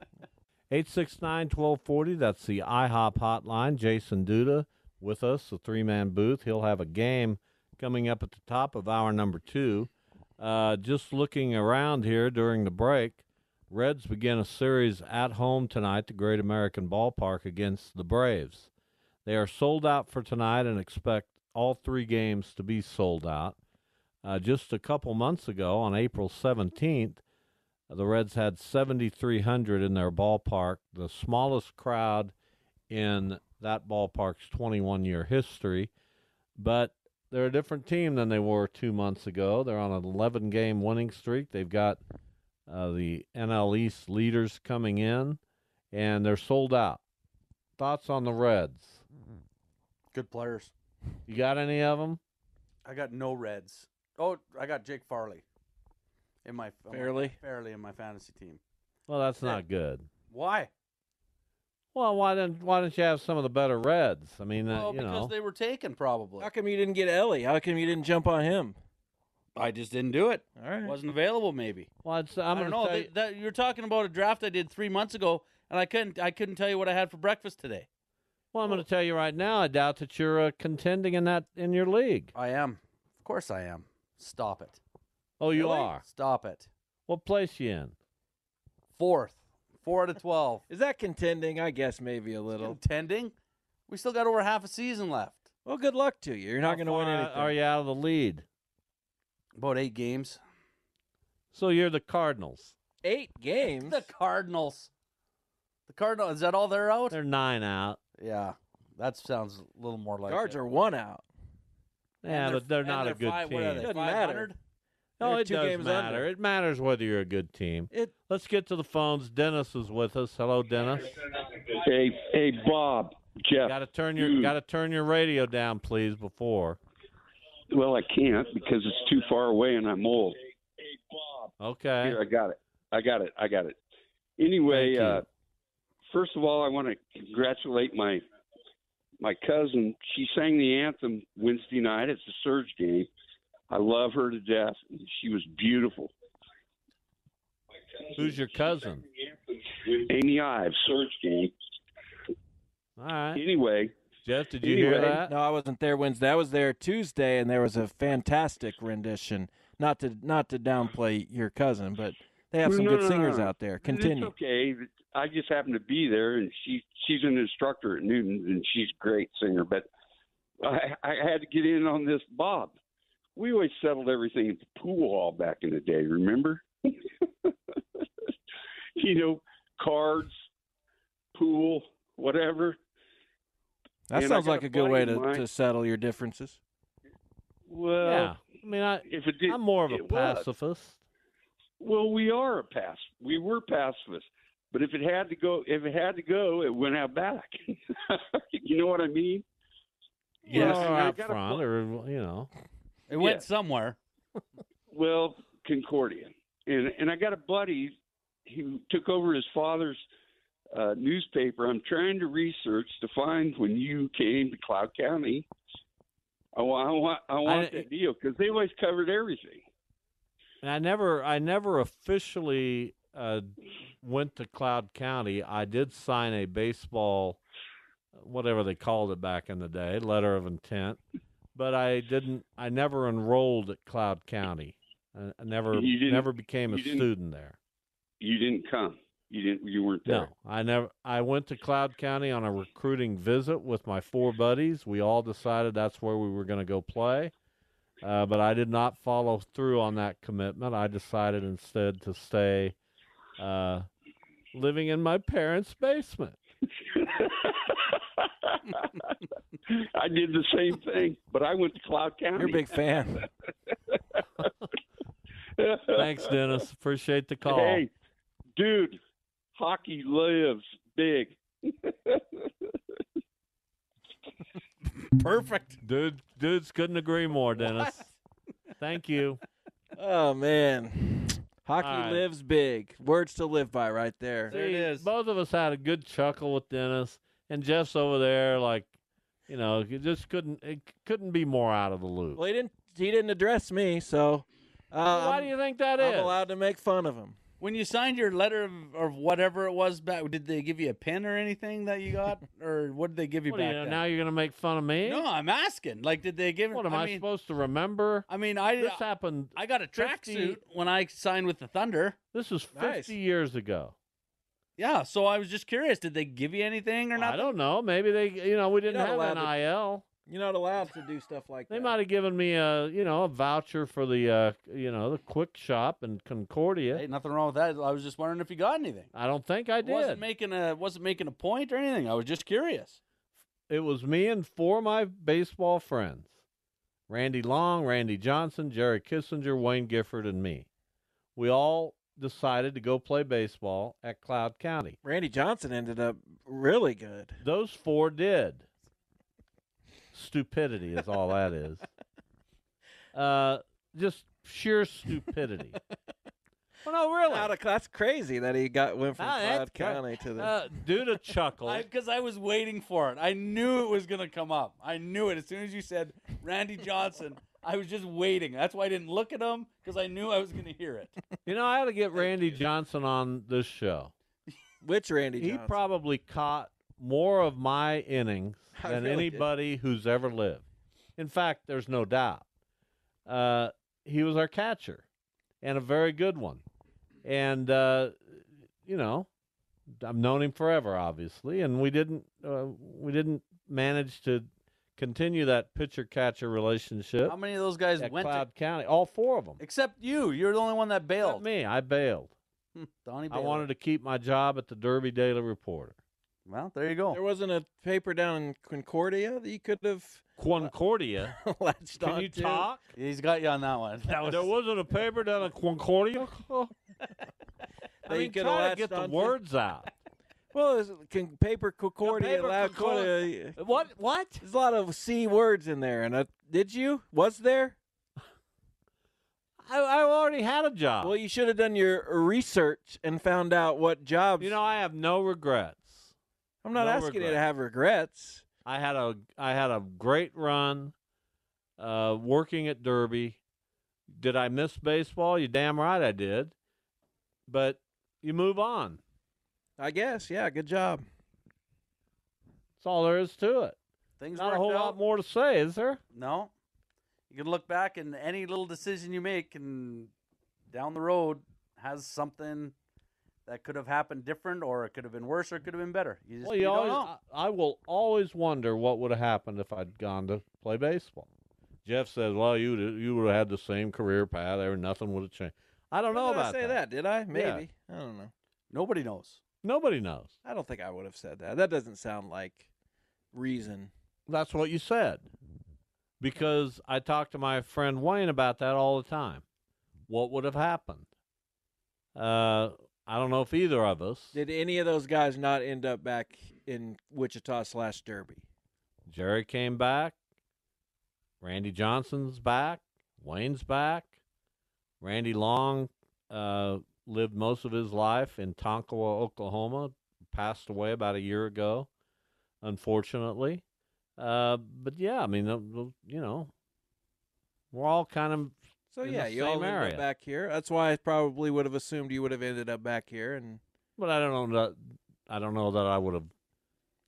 Speaker 3: 869 1240, that's the IHOP hotline. Jason Duda with us, the three man booth. He'll have a game coming up at the top of hour number two. Uh, just looking around here during the break, Reds begin a series at home tonight, the Great American Ballpark, against the Braves. They are sold out for tonight and expect all three games to be sold out. Uh, just a couple months ago, on April 17th, the Reds had 7,300 in their ballpark, the smallest crowd in that ballpark's 21 year history. But they're a different team than they were two months ago. They're on an 11 game winning streak. They've got uh, the NL East leaders coming in, and they're sold out. Thoughts on the Reds?
Speaker 6: good players.
Speaker 3: You got any of them?
Speaker 6: I got no Reds. Oh, I got Jake Farley. In my on my-
Speaker 5: Fairly?
Speaker 6: fairly in my fantasy team.
Speaker 3: Well, that's not good.
Speaker 6: Why?
Speaker 3: Well, why didn't why don't you have some of the better Reds? I mean, uh,
Speaker 6: well,
Speaker 3: you
Speaker 6: because
Speaker 3: know,
Speaker 6: they were taken probably.
Speaker 5: How come you didn't get Ellie? How come you didn't jump on him?
Speaker 6: I just didn't do it.
Speaker 5: All right.
Speaker 6: Wasn't available maybe.
Speaker 3: well, it's, I'm
Speaker 6: I
Speaker 3: going to
Speaker 6: don't know.
Speaker 3: tell
Speaker 6: Th-
Speaker 3: you,
Speaker 6: that, you're talking about a draft I did three months ago, and I couldn't. I couldn't tell you what I had for breakfast today.
Speaker 3: well, I'm going to tell you right now. I doubt that you're uh, contending in that in your league.
Speaker 6: I am. Of course, I am. Stop it.
Speaker 3: Oh, you
Speaker 6: Really?
Speaker 3: are.
Speaker 6: Stop it.
Speaker 3: What place you in?
Speaker 6: Fourth, four out of (laughs) twelve.
Speaker 5: Is that contending? I guess maybe a little.
Speaker 6: Contending. We still got over half a season left.
Speaker 5: Well, good luck to you. You're not going to win
Speaker 3: Far
Speaker 5: anything.
Speaker 3: out- Are you out of the lead?
Speaker 6: About eight games.
Speaker 3: So you're the Cardinals.
Speaker 5: Eight games.
Speaker 6: The Cardinals. The Cardinals. Is that all they're out?
Speaker 3: They're nine out.
Speaker 6: yeah. That sounds a little more like.
Speaker 5: Guards
Speaker 6: it.
Speaker 5: are one out.
Speaker 3: Yeah,
Speaker 6: And
Speaker 3: but they're
Speaker 6: and
Speaker 3: not a good
Speaker 6: five- What are they,
Speaker 3: team.
Speaker 5: Doesn't matter.
Speaker 6: 500?
Speaker 3: No,
Speaker 5: They're
Speaker 3: it
Speaker 5: two
Speaker 3: does
Speaker 5: games
Speaker 3: matter.
Speaker 5: under.
Speaker 3: It matters whether you're a good team.
Speaker 5: It-
Speaker 3: Let's get to the phones. Dennis is with us. Hello, Dennis.
Speaker 10: Hey, hey, Bob, Jeff.
Speaker 3: Got to turn your
Speaker 10: dude.
Speaker 3: got to turn your radio down, please. Before
Speaker 10: Well, I can't because it's too far away and I'm old.
Speaker 3: okay,
Speaker 10: Here, I got it. I got it. I got it. Anyway, uh, first of all, I want to congratulate my my cousin. She sang the anthem Wednesday night. It's a Surge game. I love her to death. She was beautiful.
Speaker 3: who's your cousin?
Speaker 10: Amy Ives, Surge game.
Speaker 3: All right.
Speaker 10: Anyway,
Speaker 3: Jeff, did
Speaker 10: you hear
Speaker 3: Uh,
Speaker 10: that?
Speaker 5: No, I wasn't there Wednesday. I was there Tuesday, and there was a fantastic rendition. Not to not to downplay your cousin, but they have
Speaker 10: Well,
Speaker 5: some
Speaker 10: no,
Speaker 5: good
Speaker 10: no, no,
Speaker 5: singers
Speaker 10: no.
Speaker 5: out there.
Speaker 10: It's
Speaker 5: Continue.
Speaker 10: okay. I just happened to be there, and she she's an instructor at Newton, and she's a great singer. But I, I had to get in on this, Bob. We always settled everything at the pool hall back in the day. Remember? (laughs) you know, cards, pool, whatever.
Speaker 5: That
Speaker 10: And I
Speaker 5: sounds
Speaker 10: got
Speaker 5: like
Speaker 10: a
Speaker 5: a good
Speaker 10: buddy
Speaker 5: way
Speaker 10: of
Speaker 5: to,
Speaker 10: mine-
Speaker 5: to settle your differences.
Speaker 10: Well,
Speaker 3: Yeah. I mean, I,
Speaker 10: if it did,
Speaker 3: I'm more of a
Speaker 10: it was.
Speaker 3: pacifist.
Speaker 10: Well, we are a pass. We were pacifists, but if it had to go, if it had to go, it went out back. (laughs) you know what I mean?
Speaker 3: Yes,
Speaker 10: Well,
Speaker 3: or
Speaker 10: I
Speaker 3: out
Speaker 10: gotta
Speaker 3: front, or you know,
Speaker 6: It went somewhere.
Speaker 10: Well, Concordia, and and I got a buddy who took over his father's uh, newspaper. I'm trying to research to find when you came to Cloud County. I want, I want, I want that deal because they always covered everything.
Speaker 3: And I never, I never officially uh, went to Cloud County. I did sign a baseball, whatever they called it back in the day, letter of intent. But I didn't. I never enrolled at Cloud County. I, I never,
Speaker 10: You didn't-
Speaker 3: never became a
Speaker 10: you didn't-
Speaker 3: student there.
Speaker 10: You didn't come. You didn't. You weren't there.
Speaker 3: No, I never. I went to Cloud County on a recruiting visit with my four buddies. We all decided that's where we were going to go play, uh, but I did not follow through on that commitment. I decided instead to stay uh, living in my parents' basement.
Speaker 10: I did the same thing, but I went to Cloud County.
Speaker 5: You're
Speaker 10: (laughs)
Speaker 5: a big fan.
Speaker 3: Thanks, Dennis. Appreciate the call.
Speaker 10: Hey, dude, hockey lives big.
Speaker 6: Perfect.
Speaker 3: Dude, dudes couldn't agree more, Dennis. Thank you.
Speaker 5: Oh man, hockey
Speaker 3: All right.
Speaker 5: lives big. Words to live by, right there.
Speaker 3: See, Both of us had a good chuckle with Dennis, and Jeff's over there like, you know, he just couldn't it couldn't be more out of the loop.
Speaker 5: Well, he didn't. He didn't address me, so. Uh,
Speaker 3: Why
Speaker 5: I'm-
Speaker 3: do you think that
Speaker 5: I'm
Speaker 3: is?
Speaker 5: allowed to make fun of him.
Speaker 6: When you signed your letter of, or whatever it was back, did they give you a pin or anything that
Speaker 3: (laughs)
Speaker 6: you got, or what did they give you
Speaker 3: What do you
Speaker 6: back?
Speaker 3: know,
Speaker 6: then?
Speaker 3: now you're gonna make fun of me?
Speaker 6: no, I'm asking. Like, did they give?
Speaker 3: What am I,
Speaker 6: mean,
Speaker 3: supposed to remember?
Speaker 6: I mean, I
Speaker 3: this happened.
Speaker 6: I got a
Speaker 3: 50
Speaker 6: tracksuit when I signed with the Thunder.
Speaker 3: This was fifty
Speaker 6: Nice.
Speaker 3: years ago.
Speaker 6: Yeah, so I was just curious. Did they give you anything or not?
Speaker 3: I don't know. Maybe they, you know, we didn't
Speaker 5: not
Speaker 3: have
Speaker 5: allowed
Speaker 3: an
Speaker 5: to-
Speaker 3: IL.
Speaker 5: You're not allowed to do stuff
Speaker 3: (laughs)
Speaker 5: like
Speaker 3: They
Speaker 5: that.
Speaker 3: might have given me a, you know, a voucher for the, uh, you know, the Quick Shop in Concordia.
Speaker 6: Hey, nothing wrong with that. I was just wondering if you got anything.
Speaker 3: I don't think I did.
Speaker 6: wasn't making a wasn't making a point or anything. I was just curious.
Speaker 3: It was me and four of my baseball friends Randy Long, Randy Johnson, Jerry Kissinger, Wayne Gifford, and me. We all decided to go play baseball at Cloud County.
Speaker 5: Randy Johnson ended up really good.
Speaker 3: Those four did. Stupidity is all that
Speaker 5: (laughs)
Speaker 3: is. Uh, just sheer stupidity. well, no, really.
Speaker 5: Out of, that's crazy that he got went from
Speaker 3: Ah, that's
Speaker 5: Cloud
Speaker 3: cra-
Speaker 5: County to the.
Speaker 3: Uh, due
Speaker 5: (laughs)
Speaker 3: to chuckle.
Speaker 6: Because I, was waiting for it. I knew it was gonna come up. I knew it as soon as you said Randy Johnson. I was just waiting. That's why I didn't look at him because I knew I was gonna hear it.
Speaker 3: You know, I ought to get Randy Johnson on this show.
Speaker 5: which Randy
Speaker 3: He
Speaker 5: Johnson?
Speaker 3: probably caught more of my
Speaker 6: (laughs)
Speaker 3: innings
Speaker 5: I
Speaker 3: than
Speaker 5: really did.
Speaker 3: anybody who's ever lived. In fact, there's no doubt. Uh, he was our catcher and a very good one. And, uh, you know, I've known him forever, obviously, and we didn't uh, we didn't manage to continue that pitcher catcher relationship
Speaker 6: How many of those guys
Speaker 3: at
Speaker 6: went?
Speaker 3: Cloud
Speaker 6: To,
Speaker 3: County. All four of them.
Speaker 6: except you. You're the only one that
Speaker 3: Except
Speaker 6: bailed.
Speaker 3: me, I bailed.
Speaker 6: Hmm, Donnie
Speaker 3: I
Speaker 6: bailed.
Speaker 3: wanted to keep my job at the Derby Daily Reporter.
Speaker 6: Well, there you go.
Speaker 5: There wasn't a paper down in Concordia that you could have.
Speaker 3: Concordia.
Speaker 6: (laughs)
Speaker 5: latched
Speaker 3: Can you
Speaker 5: onto?
Speaker 3: talk?
Speaker 6: He's got you on that one. That
Speaker 3: there wasn't a paper down at Concordia. I
Speaker 5: They
Speaker 3: mean,
Speaker 5: could have
Speaker 3: try to
Speaker 5: latched
Speaker 3: get the
Speaker 5: onto-
Speaker 3: words out.
Speaker 5: Well, it's- can paper Concordia
Speaker 3: paper
Speaker 5: loud
Speaker 3: Concordia-
Speaker 5: Concordia-
Speaker 3: What? What?
Speaker 5: There's a lot of c words in there, and uh did you? Was there?
Speaker 3: I, I already had a job.
Speaker 5: Ah. Well, you should have done your research and found out what jobs.
Speaker 3: You know, I have no regrets.
Speaker 5: I'm not
Speaker 3: no
Speaker 5: asking you to
Speaker 3: regrets.
Speaker 5: have regrets.
Speaker 3: I had a I had a great run uh, working at Derby. Did I miss baseball? You damn right I did. But you move on.
Speaker 5: I guess. Yeah. Good job.
Speaker 3: That's all there is to it.
Speaker 6: Things
Speaker 3: Not a
Speaker 6: worked
Speaker 3: whole
Speaker 6: out.
Speaker 3: lot more to say, is there?
Speaker 6: No. You can look back and any little decision you make and down the road has something that could have happened different or it could have been worse or it could have been better. You just
Speaker 3: Well, you,
Speaker 6: you
Speaker 3: always, uh,
Speaker 6: don't know.
Speaker 3: I, I will always wonder what would have happened if I'd gone to play baseball. Jeff says, "Well, you would've- you would have had the same career path. There, nothing would have changed." I don't know
Speaker 5: Did
Speaker 3: about
Speaker 5: I say that. Did I? Maybe. I don't know.
Speaker 6: Nobody knows.
Speaker 3: Nobody knows.
Speaker 5: I don't think I would have said that. That doesn't sound like reason.
Speaker 3: That's what you said. Because I talk to my friend Wayne about that all the time. What would have happened? Uh, I don't know if either of us.
Speaker 5: Did any of those guys not end up back in Wichita slash Derby?
Speaker 3: Jerry came back. Randy Johnson's back. Wayne's back. Randy Long uh, lived most of his life in Tonkawa, Oklahoma. Passed away about a year ago, unfortunately. Uh, but yeah, I mean, uh, you know, we're all kind of
Speaker 5: So
Speaker 3: in
Speaker 5: yeah,
Speaker 3: the
Speaker 5: you all
Speaker 3: same
Speaker 5: ended
Speaker 3: area.
Speaker 5: up back here. That's why I probably would have assumed you would have ended up back here. And
Speaker 3: But I don't know that I don't know that I would have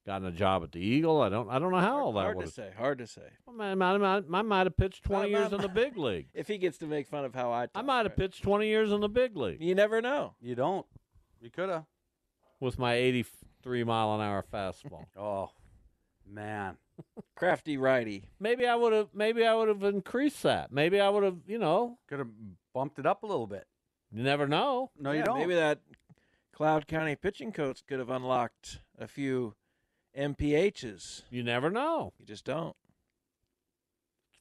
Speaker 3: gotten a job at the Eagle. I don't I don't know how all that
Speaker 5: hard
Speaker 3: would
Speaker 5: to say. Hard to say.
Speaker 3: I might, I might, I might have pitched twenty
Speaker 5: My-
Speaker 3: years
Speaker 5: my-
Speaker 3: in the big league.
Speaker 5: If he gets to make fun of how I,
Speaker 3: I
Speaker 5: talk,
Speaker 3: might have
Speaker 5: right?
Speaker 3: pitched twenty years in the big league
Speaker 5: You never know.
Speaker 6: You don't. You could have.
Speaker 3: with my eighty-three mile an hour
Speaker 5: (laughs)
Speaker 3: fastball.
Speaker 6: Oh, man.
Speaker 5: Crafty righty.
Speaker 3: maybe I would have. Maybe I would have increased that. Maybe I would have. You know,
Speaker 6: Could have bumped it up a little bit.
Speaker 3: you never know.
Speaker 6: No,
Speaker 5: Yeah,
Speaker 6: you don't.
Speaker 5: Maybe that Cloud County pitching coach could have unlocked a few MPHs.
Speaker 3: You never know.
Speaker 5: You just don't.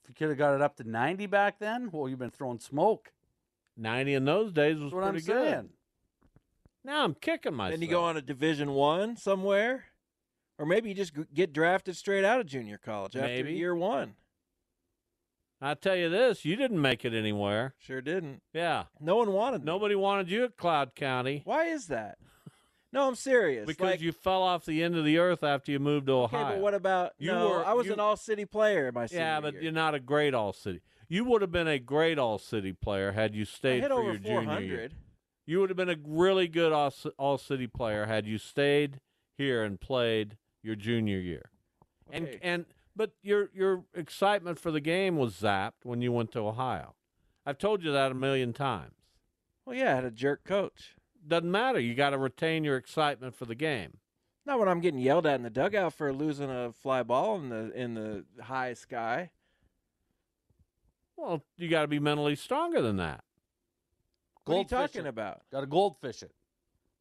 Speaker 6: if you could have got it up to 90 back then, well, you've been throwing smoke.
Speaker 3: Ninety in those days was
Speaker 6: That's what I'm
Speaker 3: pretty good.
Speaker 6: saying.
Speaker 3: Now I'm kicking myself.
Speaker 5: Then you go on a Division One somewhere, or maybe you just g- get drafted straight out of junior college after
Speaker 3: Maybe.
Speaker 5: year one.
Speaker 3: I tell you this, you didn't make it anywhere.
Speaker 5: Sure didn't.
Speaker 3: Yeah,
Speaker 5: No one wanted. me.
Speaker 3: nobody wanted you at Cloud County.
Speaker 5: Why is that? No, I'm serious.
Speaker 3: because
Speaker 5: Like,
Speaker 3: you fell off the end of the earth after you moved to
Speaker 5: Okay,
Speaker 3: Ohio.
Speaker 5: but what about
Speaker 3: You
Speaker 5: no?
Speaker 3: were-
Speaker 5: I was
Speaker 3: you-
Speaker 5: an all-city player in my senior
Speaker 3: yeah, but
Speaker 5: year.
Speaker 3: you're not a great all city. You would have been a great all city player had you
Speaker 5: I
Speaker 3: stayed
Speaker 5: hit
Speaker 3: for
Speaker 5: over
Speaker 3: your junior
Speaker 5: 400.
Speaker 3: year. You would have been a really good all, all city player had you stayed here and played your junior year.
Speaker 5: Okay.
Speaker 3: And and but your your excitement for the game was zapped when you went to Ohio. I've told you that a million times.
Speaker 5: Well, yeah, I had a jerk coach.
Speaker 3: Doesn't matter. You got to retain your excitement for the game.
Speaker 5: Not when I'm getting yelled at in the dugout for losing a fly ball in the in the high sky.
Speaker 3: Well, you got to be mentally stronger than that.
Speaker 5: What are you
Speaker 6: Goldfish
Speaker 5: talking
Speaker 6: are-
Speaker 5: about?
Speaker 6: Got a goldfish it.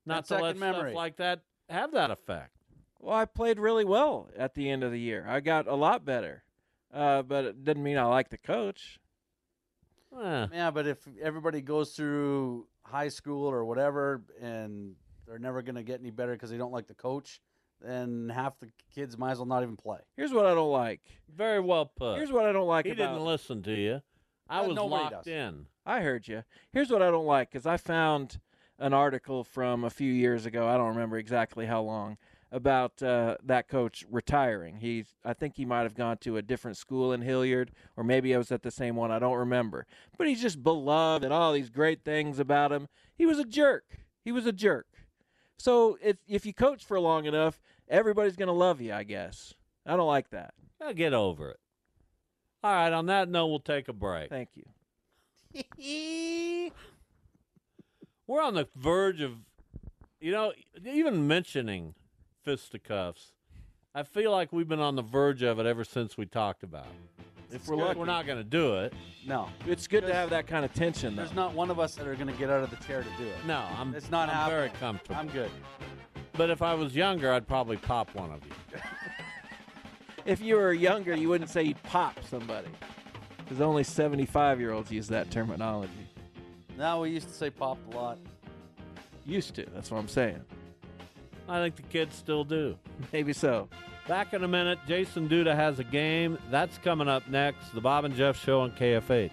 Speaker 3: not
Speaker 6: That
Speaker 3: to let
Speaker 6: second
Speaker 3: stuff
Speaker 6: memory.
Speaker 3: like that have that effect.
Speaker 5: Well, I played really well at the end of the year. I got a lot better, uh, but it didn't mean I like the coach.
Speaker 3: Eh,
Speaker 6: Yeah, but if everybody goes through high school or whatever and they're never going to get any better because they don't like the coach, then half the kids might as well not even play.
Speaker 5: Here's what I don't like.
Speaker 3: very well put.
Speaker 5: Here's what I don't like
Speaker 3: he
Speaker 5: about.
Speaker 3: didn't listen to you. I
Speaker 6: Uh,
Speaker 3: was
Speaker 6: nobody
Speaker 3: locked
Speaker 6: does.
Speaker 3: in.
Speaker 5: I heard you. Here's what I don't like because I found an article from a few years ago. I don't remember exactly how long about uh, that coach retiring. He's I think he might have gone to a different school in Hilliard, or maybe I was at the same one. I don't remember. But he's just beloved and all these great things about him. He was a jerk. He was a jerk. So if if you coach for long enough, everybody's gonna love you. I guess. I don't like that.
Speaker 3: Now get over it. All right. On that note, we'll take a break.
Speaker 5: Thank you.
Speaker 3: We're on the verge of, you know, even mentioning fisticuffs. I feel like we've been on the verge of it ever since we talked about it.
Speaker 5: If
Speaker 3: We're, lucky we're not going to do it.
Speaker 6: No.
Speaker 5: It's good to have that kind of tension. Though.
Speaker 6: There's not one of us that are going to get out of the chair to do it.
Speaker 3: No, I'm.
Speaker 6: It's not
Speaker 3: I'm
Speaker 6: happening.
Speaker 3: very comfortable.
Speaker 6: I'm good.
Speaker 3: But if I was younger, I'd probably pop one of you.
Speaker 5: if you were younger, you wouldn't say you'd pop somebody. Because only 75 year olds use that terminology.
Speaker 11: No, we used to say pop a lot.
Speaker 5: Used to, that's what I'm saying. (laughs)
Speaker 3: I think the kids still do.
Speaker 5: Maybe so.
Speaker 3: Back in a minute, Jason Duda has a game. That's coming up next. The Bob and Jeff Show on KFH.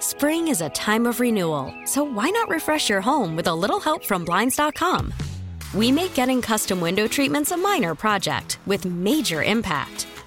Speaker 6: Spring is a time of renewal, so why not refresh your home with a little help from Blinds.com? We make getting custom window treatments a minor project with major impact.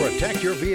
Speaker 10: Protect your